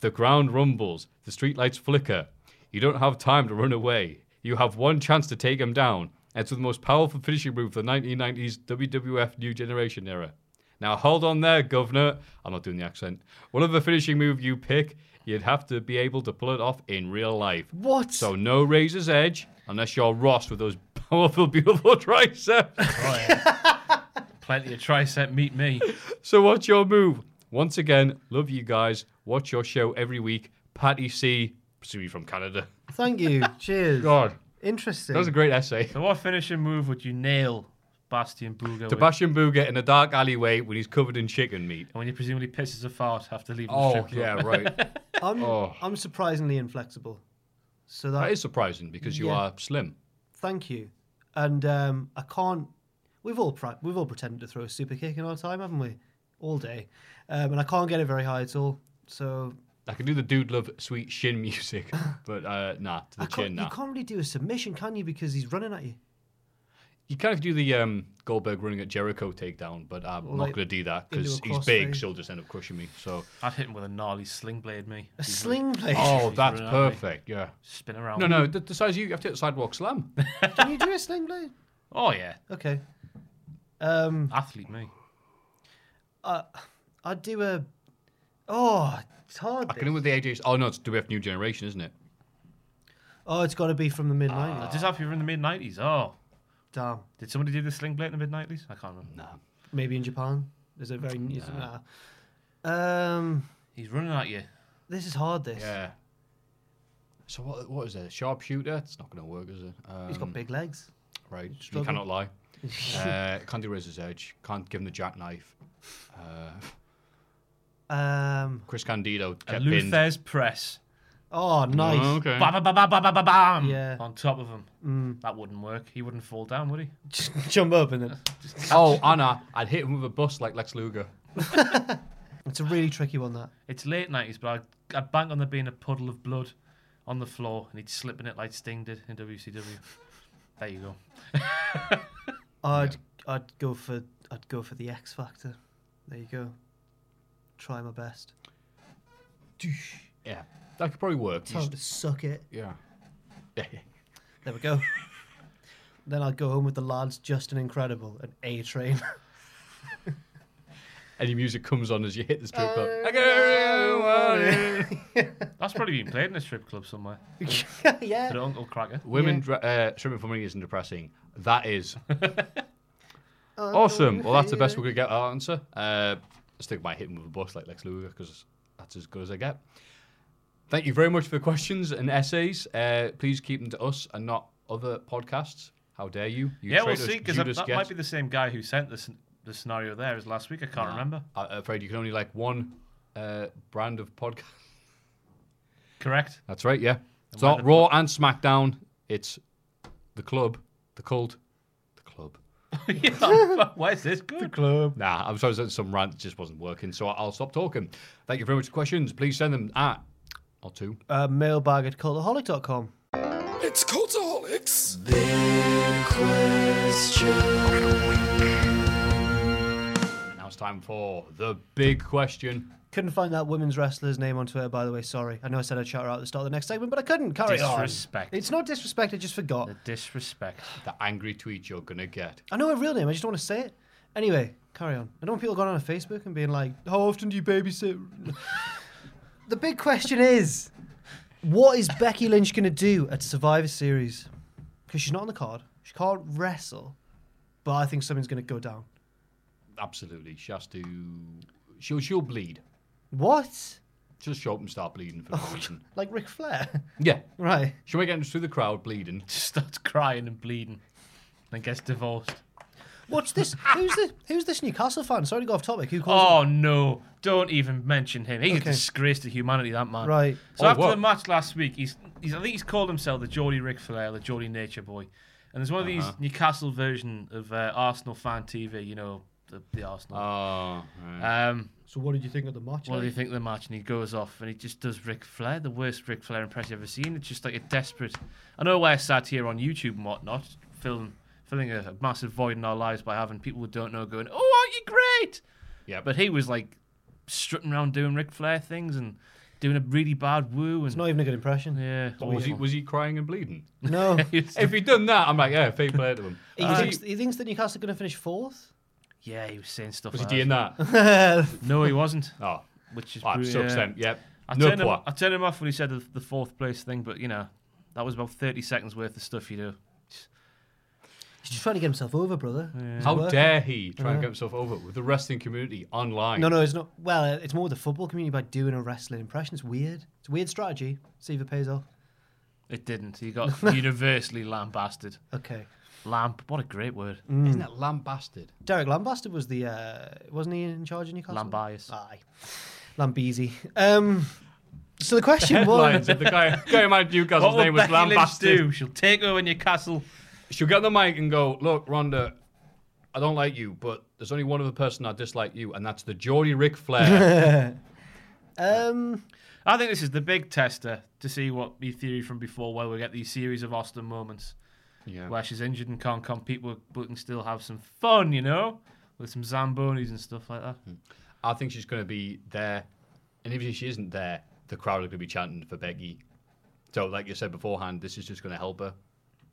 S2: The ground rumbles, the streetlights flicker. You don't have time to run away. You have one chance to take him down. It's the most powerful finishing move of the 1990s WWF New Generation era. Now hold on there, Governor. I'm not doing the accent. Whatever finishing move you pick, you'd have to be able to pull it off in real life.
S3: What?
S2: So no razor's edge, unless you're Ross with those <laughs> powerful, beautiful triceps.
S4: Plenty of tricep meet me.
S2: So what's your move? Once again, love you guys. Watch your show every week. Patty C, presumably from Canada. <laughs>
S3: Thank you. Cheers.
S2: God,
S3: Interesting.
S2: that was a great <laughs> essay.
S4: So what finishing move would you nail Bastian
S2: To
S4: Buga with?
S2: Bastion Booger in a dark alleyway when he's covered in chicken meat.
S4: And when he presumably pisses a fart after leaving the
S2: Oh
S4: strip club.
S2: yeah, right.
S3: I'm,
S2: Oh.
S3: I'm surprisingly inflexible. So
S2: <laughs>
S3: that,
S2: that is surprising because you
S3: Yeah.
S2: are slim.
S3: thank you, and um, I can't. We've all pra- we've all pretended to throw a super kick in our time, haven't we? All day, um, and I can't get it very high at all. So
S2: I can do the dude love sweet shin music, <laughs> but uh, nah, to the
S3: I
S2: chin
S3: can't, you
S2: nah.
S3: can't really do a submission, can you? Because he's running at you.
S2: You kind of do the um, Goldberg running at Jericho takedown, but I'm
S3: Or
S2: not
S3: like
S2: going to do that
S3: into
S2: because
S3: a
S2: he's
S3: cross
S2: big,
S3: thing.
S2: so he'll just end up crushing me. So,
S4: I'd hit him with a gnarly sling blade, me.
S3: A sling blade.
S2: oh, that's
S4: running at me.
S2: perfect. Yeah.
S4: Spin around.
S2: No, no, the, the size you you have to hit the sidewalk slam.
S3: Can you do a sling blade?
S4: Oh yeah,
S3: Okay. Um,
S4: athlete me.
S3: I'd do a. Oh, it's hard.
S2: I
S3: this.
S2: can do with the AJ's. Oh no, it's WF New Generation, isn't it?
S3: Oh, it's got to be from the mid 90s.
S4: Does that appear in the mid '90s? Oh,
S2: Ah.
S3: Damn.
S4: did somebody do the sling blade in the mid '90s? I can't remember. No.
S3: Maybe in Japan. Is it very. Is it, nah. Um,
S4: He's running at you.
S3: this is hard, this.
S2: Yeah. So what? What is it? A sharpshooter? It's not going to work, is it? Um,
S3: He's got big legs.
S2: Right. You
S3: struggle.
S2: cannot
S3: <laughs>
S2: lie. uh, can't do Razor's Edge. Can't give him the jackknife. Uh,
S3: Um,
S2: Chris Candido
S4: A
S2: kept pinned.
S4: Luther's press.
S3: oh, nice.
S2: Oh, okay. <laughs>
S4: Bam, bam, bam, bam, bam, bam, bam.
S3: Yeah. Mm.
S4: On top of him. That wouldn't work. He wouldn't fall down, would he?
S3: <laughs> Just jump up and then.
S2: Oh, Anna, I'd hit him with a bus like Lex Luger.
S3: It's a really tricky one, that.
S4: It's late nineties, but I'd, I'd bank on there being a puddle of blood on the floor, and he'd slip in it like Sting did in WCW. there you go.
S3: I'd I'd go for I'd go for the X Factor. There you go. Try my best.
S2: Yeah, that could probably work.
S3: Time to suck it.
S2: Yeah. <laughs>
S3: There we go. then I'd go home with the lads, Justin Incredible and A Train. <laughs>
S2: Any music comes on as you hit the strip club.
S3: Uh,
S2: I don't want it.
S4: That's probably been played in a strip
S3: <laughs>
S4: club somewhere. At
S3: yeah.
S4: Uncle Cracker.
S2: Women dre- uh, stripping for money isn't depressing. That
S4: <laughs>
S2: is. awesome. Well, that's the best we're going to get our answer. Uh, I stick my hit him with a bus like Lex Luger because that's as good as I get. Thank you very much for the questions and essays. Uh, please keep them to us and not other podcasts. How dare you? you
S4: yeah, we'll
S2: traitors,
S4: see, because that
S2: Judas
S4: that
S2: Gets.
S4: might be the same guy who sent this the scenario there as last week. I can't remember.
S2: I'm afraid you can only like one uh, brand of podcast. <laughs>
S4: Correct. <laughs>
S2: That's right, yeah. It's not Raw and SmackDown. It's the club, the cult, the club.
S4: Yeah, Where's this good? club.
S2: Nah, I'm sorry, some rant just wasn't working, so I'll stop talking. Thank you very much for questions. Please send them at or two.
S3: Uh, mailbag at cultaholic.com.
S6: It's Cultaholics.
S2: Now it's time for the big question.
S3: Couldn't find that women's wrestler's name on Twitter, by the way. Sorry. I know I said I'd shout her out at the start of the next segment, but I couldn't. Carry
S4: Disrespect.
S3: on. It's not disrespect. I just forgot.
S4: The disrespect.
S2: The angry tweet you're gonna get.
S3: I know her real name. I just don't want to say it. Anyway, carry on. I know people going on Facebook and being like, "How often do you babysit?" <laughs> the big question is, what is Becky Lynch going to do at Survivor Series? Because she's not on the card. She can't wrestle. But I think something's going to go down.
S2: Absolutely. She has to she'll she'll bleed.
S3: What?
S2: She'll show up and start bleeding for no reason.
S3: Like Ric Flair? <laughs>
S2: Yeah.
S3: right.
S2: She'll make entrance through the crowd bleeding.
S4: <laughs> Just starts crying and bleeding, and gets divorced.
S3: What's this? who's this? Who's this Newcastle fan? Sorry to go off topic. Who calls?
S4: Oh no! Don't even mention him. He's
S3: Okay.
S4: a disgrace to humanity. That man.
S3: Right.
S4: So
S2: Oh,
S4: after
S2: what?
S4: the match last week, he's, he's I think he's called himself the Geordie Ric Flair, the Geordie Nature Boy, and there's one of these Newcastle version of uh, Arsenal fan TV. You know the, the Arsenal.
S2: Oh
S4: um,
S3: So what did you think of the match?
S4: what do you think of the match? And he goes off and he just does Ric Flair, the worst Ric Flair impression I've ever seen. It's just like a desperate. I know we're sat here on YouTube and whatnot, filling filling a, a massive void in our lives by having people who don't know going, "Oh, aren't you great?"
S2: yeah.
S4: But he was like strutting around doing Ric Flair things and doing a really bad woo and
S3: Not even a good impression.
S4: Oh, yeah.
S2: Or was he was he crying and bleeding?
S3: No.
S2: if he'd done that, I'm like, yeah, fair play to him. Uh,
S3: he,
S2: Was
S3: thinks,
S2: he-
S3: he thinks that Newcastle are going to finish fourth.
S4: yeah, he was saying stuff.
S2: was he
S4: like
S2: doing
S4: that.
S2: that?
S4: No, he wasn't.
S2: Oh,
S4: Which is
S2: I'm
S4: bru-
S2: so
S4: yeah.
S2: upset. Yep.
S4: I
S2: No
S4: turned him,
S2: point.
S4: I turned him off when he said the, the fourth place thing, but you know that was about thirty seconds worth of stuff you do.
S3: He's just trying to get himself over, brother.
S2: How
S3: Working.
S2: dare he try
S4: Uh-huh.
S2: and get himself over with the wrestling community online?
S3: No, no, it's not. Well, it's more the football community by doing a wrestling impression. It's weird. It's a weird strategy. See if it pays off.
S4: It didn't.
S3: <laughs>
S4: He got universally lambasted.
S3: Okay.
S4: Lamp. What a great word.
S3: Mm.
S2: Isn't that lambasted?
S3: Derek Lambaster was the, uh, wasn't he in charge of Newcastle?
S4: Lambias.
S3: Aye. Lambeezy. Um, so the question
S2: Lines
S3: was,
S2: of the guy, guy in my Newcastle's
S4: What will
S2: name was
S4: Becky Lynch
S2: lambasted.
S4: do? She'll take over Newcastle.
S2: She'll get on the mic and go, "Look, Rhonda, I don't like you, but there's only one other person I dislike you, and that's the Geordie Ric
S4: <laughs>
S2: Flair."
S3: um,
S4: I think this is the big tester to see what the theory from before, where we get these series of Austin moments.
S2: Yeah.
S4: where she's injured and can't compete, but, but can still have some fun, you know, with some zambonis and stuff like that.
S3: Hmm.
S2: I think she's going to be there, and even if she isn't there, the crowd are going to be chanting for Becky. So, like you said beforehand, this is just going to help her.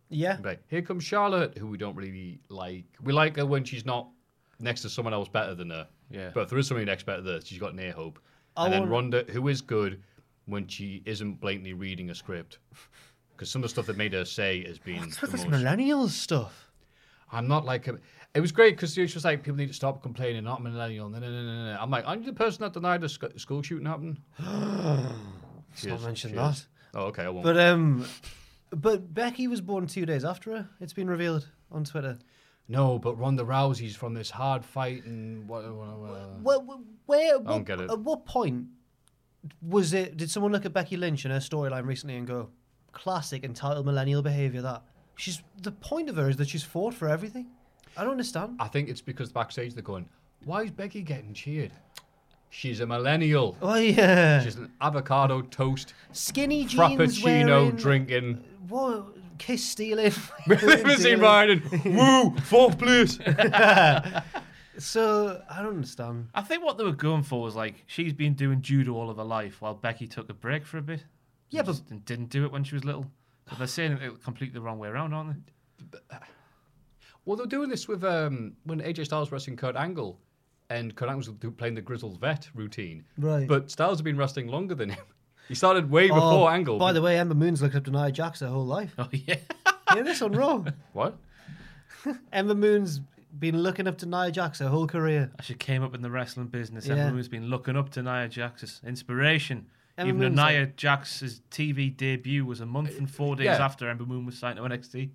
S3: Yeah.
S2: Like, here comes Charlotte, who we don't really like. We like her when she's not next to someone else better than her.
S4: Yeah.
S2: But if there is somebody next better than her, she's got near hope.
S3: I
S2: and then
S3: want-
S2: Ronda, who is good when she isn't blatantly reading a script. Because some of the stuff that made her say has been.
S3: What's with
S2: the
S3: this
S2: most-
S3: millennials stuff?
S2: I'm not like a. It was great because she was like, people need to stop complaining, not millennial. No, no, no, no, no. I'm like, aren't you the person that denied a sc- school shooting
S3: <gasps>
S2: happened?
S3: Let's not
S2: Cheers,
S3: mention
S2: cheers.
S3: that.
S2: Oh, okay, I won't.
S3: But um, but Becky was born two days after her. It's been revealed on Twitter.
S2: no, but Ronda Rousey's from this hard fight and what? what, uh, what-
S3: Where, where, where at,
S2: don't
S3: what,
S2: get it.
S3: at what point was it? Did someone look at Becky Lynch and her storyline recently and go, classic entitled millennial behavior? That she's the point of her is that she's fought for everything. I don't understand.
S2: I think it's because backstage they're going, why is Becky getting cheered? She's a millennial.
S3: Oh yeah,
S2: She's an avocado toast,
S3: skinny jeans
S2: frappuccino
S3: wearing, <laughs>
S2: drinking.
S3: What
S2: <laughs>
S3: kiss stealing?
S2: Limousine riding.
S3: <laughs>
S2: Woo! Fourth place. <laughs>
S3: So I don't understand.
S4: I think what they were going for was like she's been doing judo all of her life, while Becky took a break for a bit.
S3: Yeah,
S4: and
S3: but-
S4: just didn't do it when she was little. But they're saying it completely the wrong way around, aren't
S3: <laughs>
S4: they?
S2: Well, they're doing this with um, when AJ Styles wrestling Kurt Angle, and Kurt Angle was do- playing the grizzled vet routine.
S3: Right. Oh,
S2: But Styles had been wrestling longer than him. <laughs> He started way before Angle.
S3: By the way, Ember Moon's looked up to Nia Jax her whole life.
S4: Oh yeah.
S3: yeah, this
S2: <laughs>
S3: on Raw.
S2: what?
S3: Ember Moon's been looking up to Nia Jax her whole career.
S4: Actually, came up in the wrestling business.
S3: Yeah.
S4: Everyone's been looking up to Nia Jax's inspiration.
S3: Ember
S4: Even though
S3: Moon's
S4: Nia Jax's TV debut was a month and four days
S2: yeah.
S4: after Ember Moon was signed to NXT.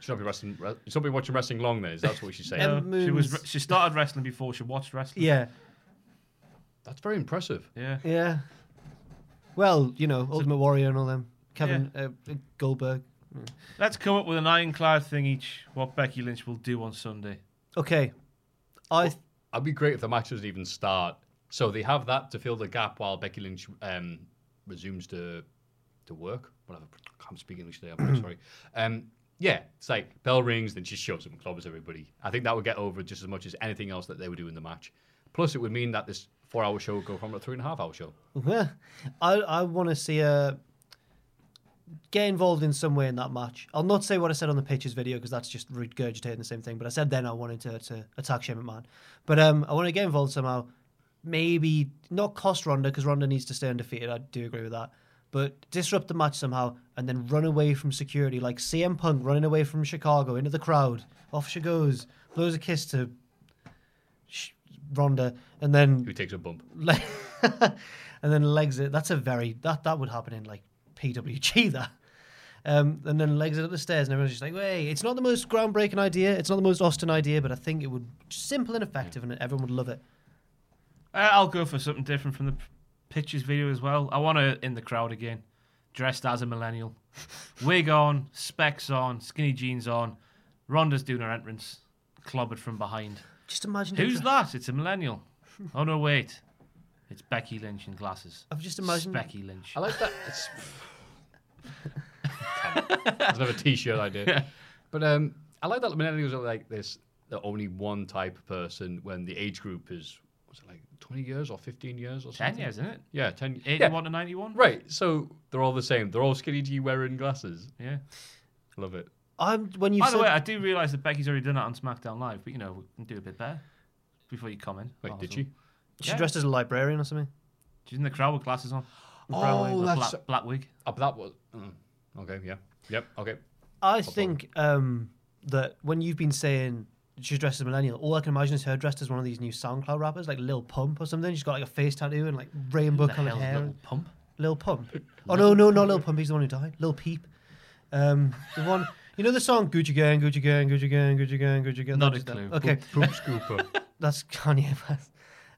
S2: Should not be wrestling. re- Should not be watching wrestling long. Then is that what
S3: <laughs>
S2: she's saying?
S3: Em-
S4: Uh, she was
S3: Moon's-
S4: she started wrestling before she watched wrestling.
S3: Yeah,
S2: That's very impressive.
S4: Yeah.
S3: yeah. Well, you know, Ultimate Warrior and all them. Kevin uh, Goldberg.
S4: Let's come up with an ironclad thing each. What Becky Lynch will do on Sunday.
S3: Okay, I
S2: I'd be great if the match doesn't even start. So they have that to fill the gap while Becky Lynch um, resumes to to work. Whatever. I can't speak English today. I'm very sorry. Um, yeah, it's like bell rings, then she shoves up and clobbers everybody. I think that would get over just as much as anything else that they would do in the match. Plus, it would mean that this four-hour show would go from a three-and-a-half-hour show.
S3: <laughs> I I want to see her get involved in some way in that match. I'll not say what I said on the pictures video because that's just regurgitating the same thing. But I said then I wanted to, to attack Shane McMahon, but um, I want to get involved somehow. Maybe not cost Ronda because Ronda needs to stay undefeated. I do agree with that. But disrupt the match somehow and then run away from security like CM Punk running away from Chicago into the crowd. Off she goes, blows a kiss to Sh- Ronda, and then
S2: Who takes a bump?
S3: like, <laughs> and then legs it. That's a very that that would happen in like PWG <laughs> that. Um, and then legs it up the stairs, and everyone's just like, "Wait, it's not the most groundbreaking idea. It's not the most Austin idea, but I think it would simple and effective, and everyone would love it."
S4: Uh, I'll go for something different from the p- pictures video as well. I want to in the crowd again, dressed as
S3: <laughs>
S4: a millennial, wig on, specs on, skinny jeans on. Ronda's doing her entrance, clobbered from behind.
S3: Just imagine. her
S4: Who's
S3: dre-
S4: that? It's a millennial. Oh no, wait, it's Becky Lynch in glasses.
S3: I've just imagined.
S4: Becky Lynch.
S2: I like
S3: <laughs>
S2: that. It's... It's another T-shirt idea. <laughs> But um, I like that millennials are like this. They're only one type of person when the age group is was it like twenty years or fifteen years or something?
S4: Ten years, isn't it?
S2: Yeah, ten. Yeah.
S4: Eighty-one to ninety-one.
S2: Right. So they're all the same. They're all skinny G wearing glasses.
S4: Yeah.
S2: Love it.
S3: I'm when you.
S4: By
S3: said,
S4: the way, I do realise that Becky's already done that on SmackDown Live, but you know we can do a bit better before you comment.
S2: Wait,
S4: Oh,
S2: did
S4: so-
S2: she?
S3: she
S4: yeah.
S3: dressed as a librarian or something.
S4: She's in the crowd with glasses on.
S2: Oh,
S4: With a
S2: that's
S4: black, black wig.
S2: oh, but that was mm. okay. Yeah. Yep.
S3: <laughs>
S2: Okay.
S3: I think um, that when you've been saying she's dressed as a millennial, all I can imagine is her dressed as one of these new SoundCloud rappers, like Lil Pump or something. She's got like a face tattoo and like rainbow
S4: the
S3: coloured
S4: hell's
S3: hair.
S4: Little Pump?
S3: Lil Pump. Oh no, no, not Lil Pump. He's the one who died. Lil Peep. Um, the one. You know the song Gucci Gang, Gucci Gang, Gucci Gang, Gucci Gang, Gucci Gang.
S4: Not a
S3: That's them.
S4: clue.
S3: Okay,
S2: Poop scooper.
S3: <laughs> that's Kanye West.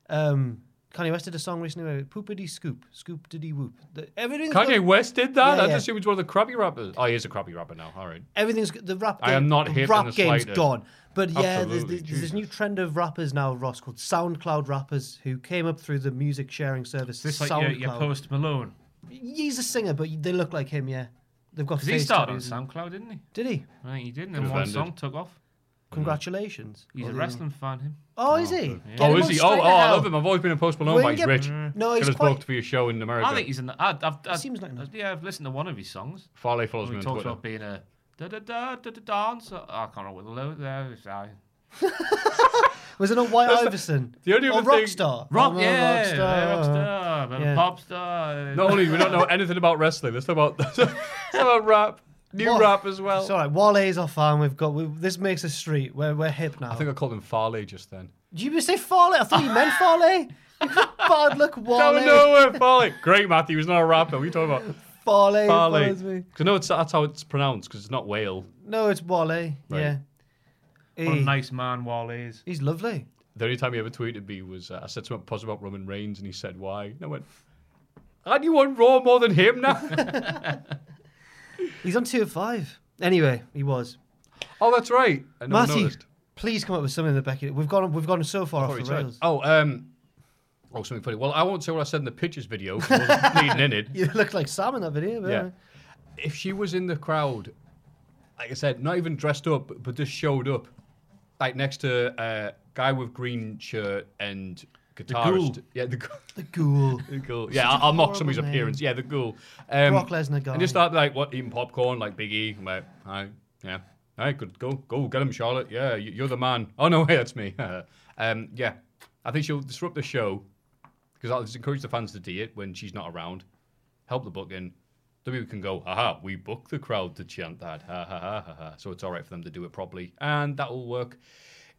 S3: Um, Kanye West did a song recently where poopity scoop, scoop diddy whoop. The, everything's
S2: Kanye
S3: got-
S2: West did that.
S3: Yeah,
S2: I
S3: yeah.
S2: just assumed he was one of the crappy rappers. Oh, he is a crappy rapper now. All right.
S3: everything's the rap.
S2: I
S3: game-
S2: am not
S3: the
S2: hip in
S3: Rap
S2: the
S3: game's
S2: slightest.
S3: gone. But yeah, there's,
S2: Absolutely,
S3: there's, there's this
S2: Jesus.
S3: new trend of rappers now, Ross, called SoundCloud rappers who came up through the music sharing service.
S4: Is this like
S3: SoundCloud.
S4: your, your post Malone?
S3: He's a singer, but they look like him. Yeah, They've got
S4: Because he
S3: face
S4: started on
S3: tattoos and-
S4: SoundCloud, didn't he?
S3: Did he?
S4: I think he did, and
S2: Could
S4: then
S2: have
S4: one
S2: ended.
S4: song took off.
S3: Congratulations.
S4: He's
S3: Or
S4: a
S3: the-
S4: wrestling fan, him.
S3: Oh, is he? Get
S2: oh,
S3: him
S2: is
S3: on
S2: he?
S3: straight
S2: Oh, oh,
S3: to
S2: I
S3: hell.
S2: love him. I've always been in post Malone,
S3: Wing
S2: but he's
S3: him.
S2: rich.
S3: Mm. No, he's
S2: Could have
S3: quite-
S2: booked for your show in America.
S4: I think he's in the. I've, I've, I've,
S3: seems like nice.
S4: Yeah, I've listened to one of his songs.
S2: Farley follows
S4: We
S2: me on
S4: talked
S2: Twitter.
S4: about being a da da da da da dancer. Oh, I can't remember what the low there is. I-
S3: Was it not White Iverson?
S2: <laughs> the only
S3: or
S2: other thing-
S3: Rockstar.
S4: Rock,
S3: Oh,
S4: yeah,
S3: Rockstar.
S4: yeah, rockstar, but
S3: Yeah.
S4: a pop star.
S2: Not only do we don't know anything about wrestling, let's talk about, <laughs> let's talk about rap. New
S3: What?
S2: rap as well.
S3: It's all right. Wale's off farm. We've got. We, this makes us street. We're, we're hip now.
S2: I think I called him Farley just then.
S3: Did you say Farley? I thought you meant Farley.
S2: <laughs>
S3: Bad luck,
S2: No,
S3: Wale.
S2: no, way, Farley. Great, Matthew. He's not a rapper. What are you talking about?
S3: Farley.
S2: Farley.
S3: follows me.
S2: Because no, it's, that's how it's pronounced, because it's not Whale.
S3: No, it's Wale. Yeah. He-
S4: <laughs> What a nice man Wall is.
S3: He's lovely.
S2: The only time he ever tweeted me was uh, I said something positive about Roman Reigns, and he said, Why? And I went, Aren't you on Raw more than him now? <laughs>
S3: He's on two of five. Anyway, he was.
S2: oh, that's right. I never
S3: Matty,
S2: noticed.
S3: please come up with something that Becky. We've gone. We've gone so far
S2: Sorry,
S3: off the
S2: sorry.
S3: rails.
S2: Oh, um, oh, something funny. Well, I won't say what I said in the pictures video. 'cause I
S3: <laughs>
S2: wasn't bleeding in it.
S3: You look like Sam in that video. But
S2: Yeah. If she was in the crowd, like I said, not even dressed up, but just showed up, like next to a guy with green shirt and guitarist. yeah, the, ghoul-
S3: The ghoul.
S2: the
S3: <laughs>
S2: ghoul. Yeah, I'll, I'll mock somebody's
S3: horrible name.
S2: appearance. Yeah, the ghoul. Um,
S3: Brock Lesnar guy.
S2: And just start like what eating popcorn, like Big E. I'm like, hi, yeah, hi, good, go, go, get him, Charlotte. Yeah, you- you're the man. Oh no, <laughs> hey, that's me. um, yeah, I think she'll disrupt the show because I'll just encourage the fans to do it when she's not around. Help the booking. Then we can go, haha, we book the crowd to chant that. Ha ha ha ha ha. So it's all right for them to do it properly. And that will work.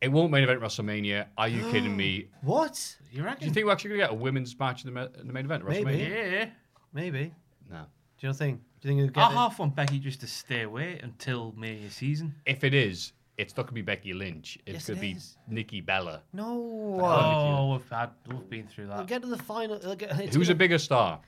S2: It won't main event WrestleMania. Are you
S3: <gasps>
S2: kidding me?
S3: What?
S2: Do
S4: You
S2: you
S4: reckon?
S2: think we're actually going to get a women's match in the, ma- in the main event at WrestleMania?
S3: Maybe.
S4: yeah.
S3: Maybe.
S2: No.
S3: Do you not think? Do you think he'll
S4: I
S3: get it?
S4: half want Becky just to stay away until Mania season.
S2: If it is, it's not going to be Becky Lynch. It's
S3: Yes,
S2: going to
S3: it
S2: be
S3: is.
S2: Nikki Bella.
S3: No.
S4: Oh, we've had, we've been through
S3: They'll
S4: that.
S3: get to the final. they'll Get, it's
S2: Who's a
S3: gonna-
S2: bigger star?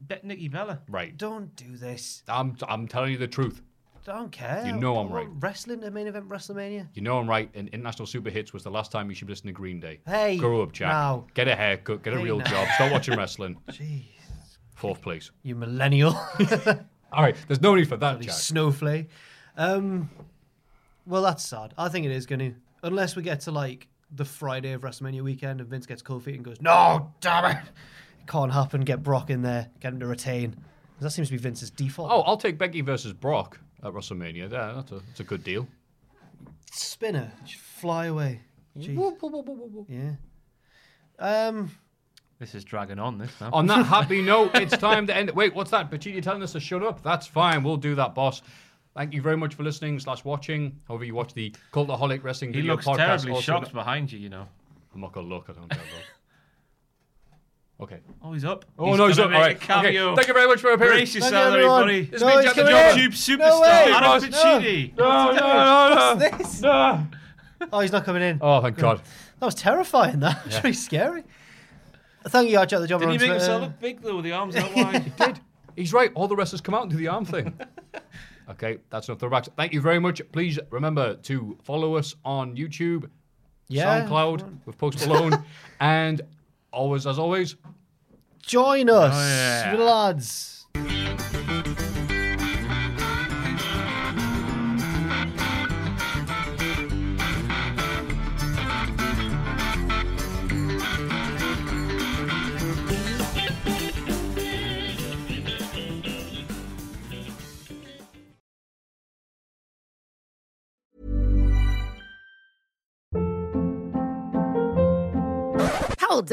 S4: Bet Nikki Bella.
S2: Right.
S3: Don't do this.
S2: I'm, I'm telling you the truth.
S3: I don't care.
S2: You know
S3: I
S2: I'm
S3: want
S2: right.
S3: Wrestling, the main event, WrestleMania.
S2: You know I'm right. And International Super Hits was the last time you should listen to Green Day.
S3: Hey,
S2: Grow up, Jack.
S3: now.
S2: Get a haircut. Get a
S3: Hey,
S2: real
S3: now.
S2: job. Stop
S3: <laughs>
S2: watching wrestling.
S3: Jeez,
S2: Fourth place. <laughs>
S3: you millennial,
S2: All right. There's no need for that,
S3: You
S2: Jack.
S3: snowflake. Um, well, that's sad. I think it is going to, unless we get to like the Friday of WrestleMania weekend and Vince gets cold feet and goes, "No, Oh, damn it, it can't happen." Get Brock in there, get him to retain. 'Cause That seems to be Vince's default.
S2: Oh, I'll take Becky versus Brock at WrestleMania. Yeah, that's a, that's a good deal.
S3: spinner, just fly away. Jeez. Yeah. Um.
S4: This is dragging on this now.
S2: On that happy note, it's time to end it. Wait, what's that? Pachiti telling us to shut up? That's fine. We'll do that, boss. Thank you very much for listening slash watching. However, you watch the Cultaholic Wrestling
S4: he
S2: Video
S4: looks
S2: Podcast.
S4: terribly
S2: also-
S4: shocked behind you, you know.
S2: I'm not going to look. I don't care about <laughs> Okay.
S4: Oh, he's up.
S2: Oh, no, he's
S4: gonna
S2: up. All
S4: make a
S2: right. Okay.
S4: cameo.
S2: Thank you very much for appearing.
S4: Brace
S3: Thank you,
S4: yourself,
S3: everyone.
S4: everybody.
S2: It's me,
S3: he's
S2: Jack the
S3: coming in.
S2: Job.
S4: YouTube
S3: No way.
S4: superstar Adam Pacini.
S2: No, no,
S4: Ah.
S2: no, no.
S3: <laughs> This.
S4: <laughs>
S2: no.
S3: Oh, he's not coming in.
S2: Oh, thank God.
S3: That was terrifying. That <laughs> was really scary. Thank you, I checked the job. uh,
S4: Did he
S3: on
S4: make
S3: Twitter.
S4: himself look big though with the arms out wide?
S2: He's right. All the wrestlers come out and do the arm thing. okay, that's enough throwbacks. Thank you very much. Please remember to follow us on YouTube,
S3: Yeah.
S2: SoundCloud with Post Malone, <laughs> and always, as always,
S3: Join us,
S4: Oh, yeah.
S3: lads.
S7: Hold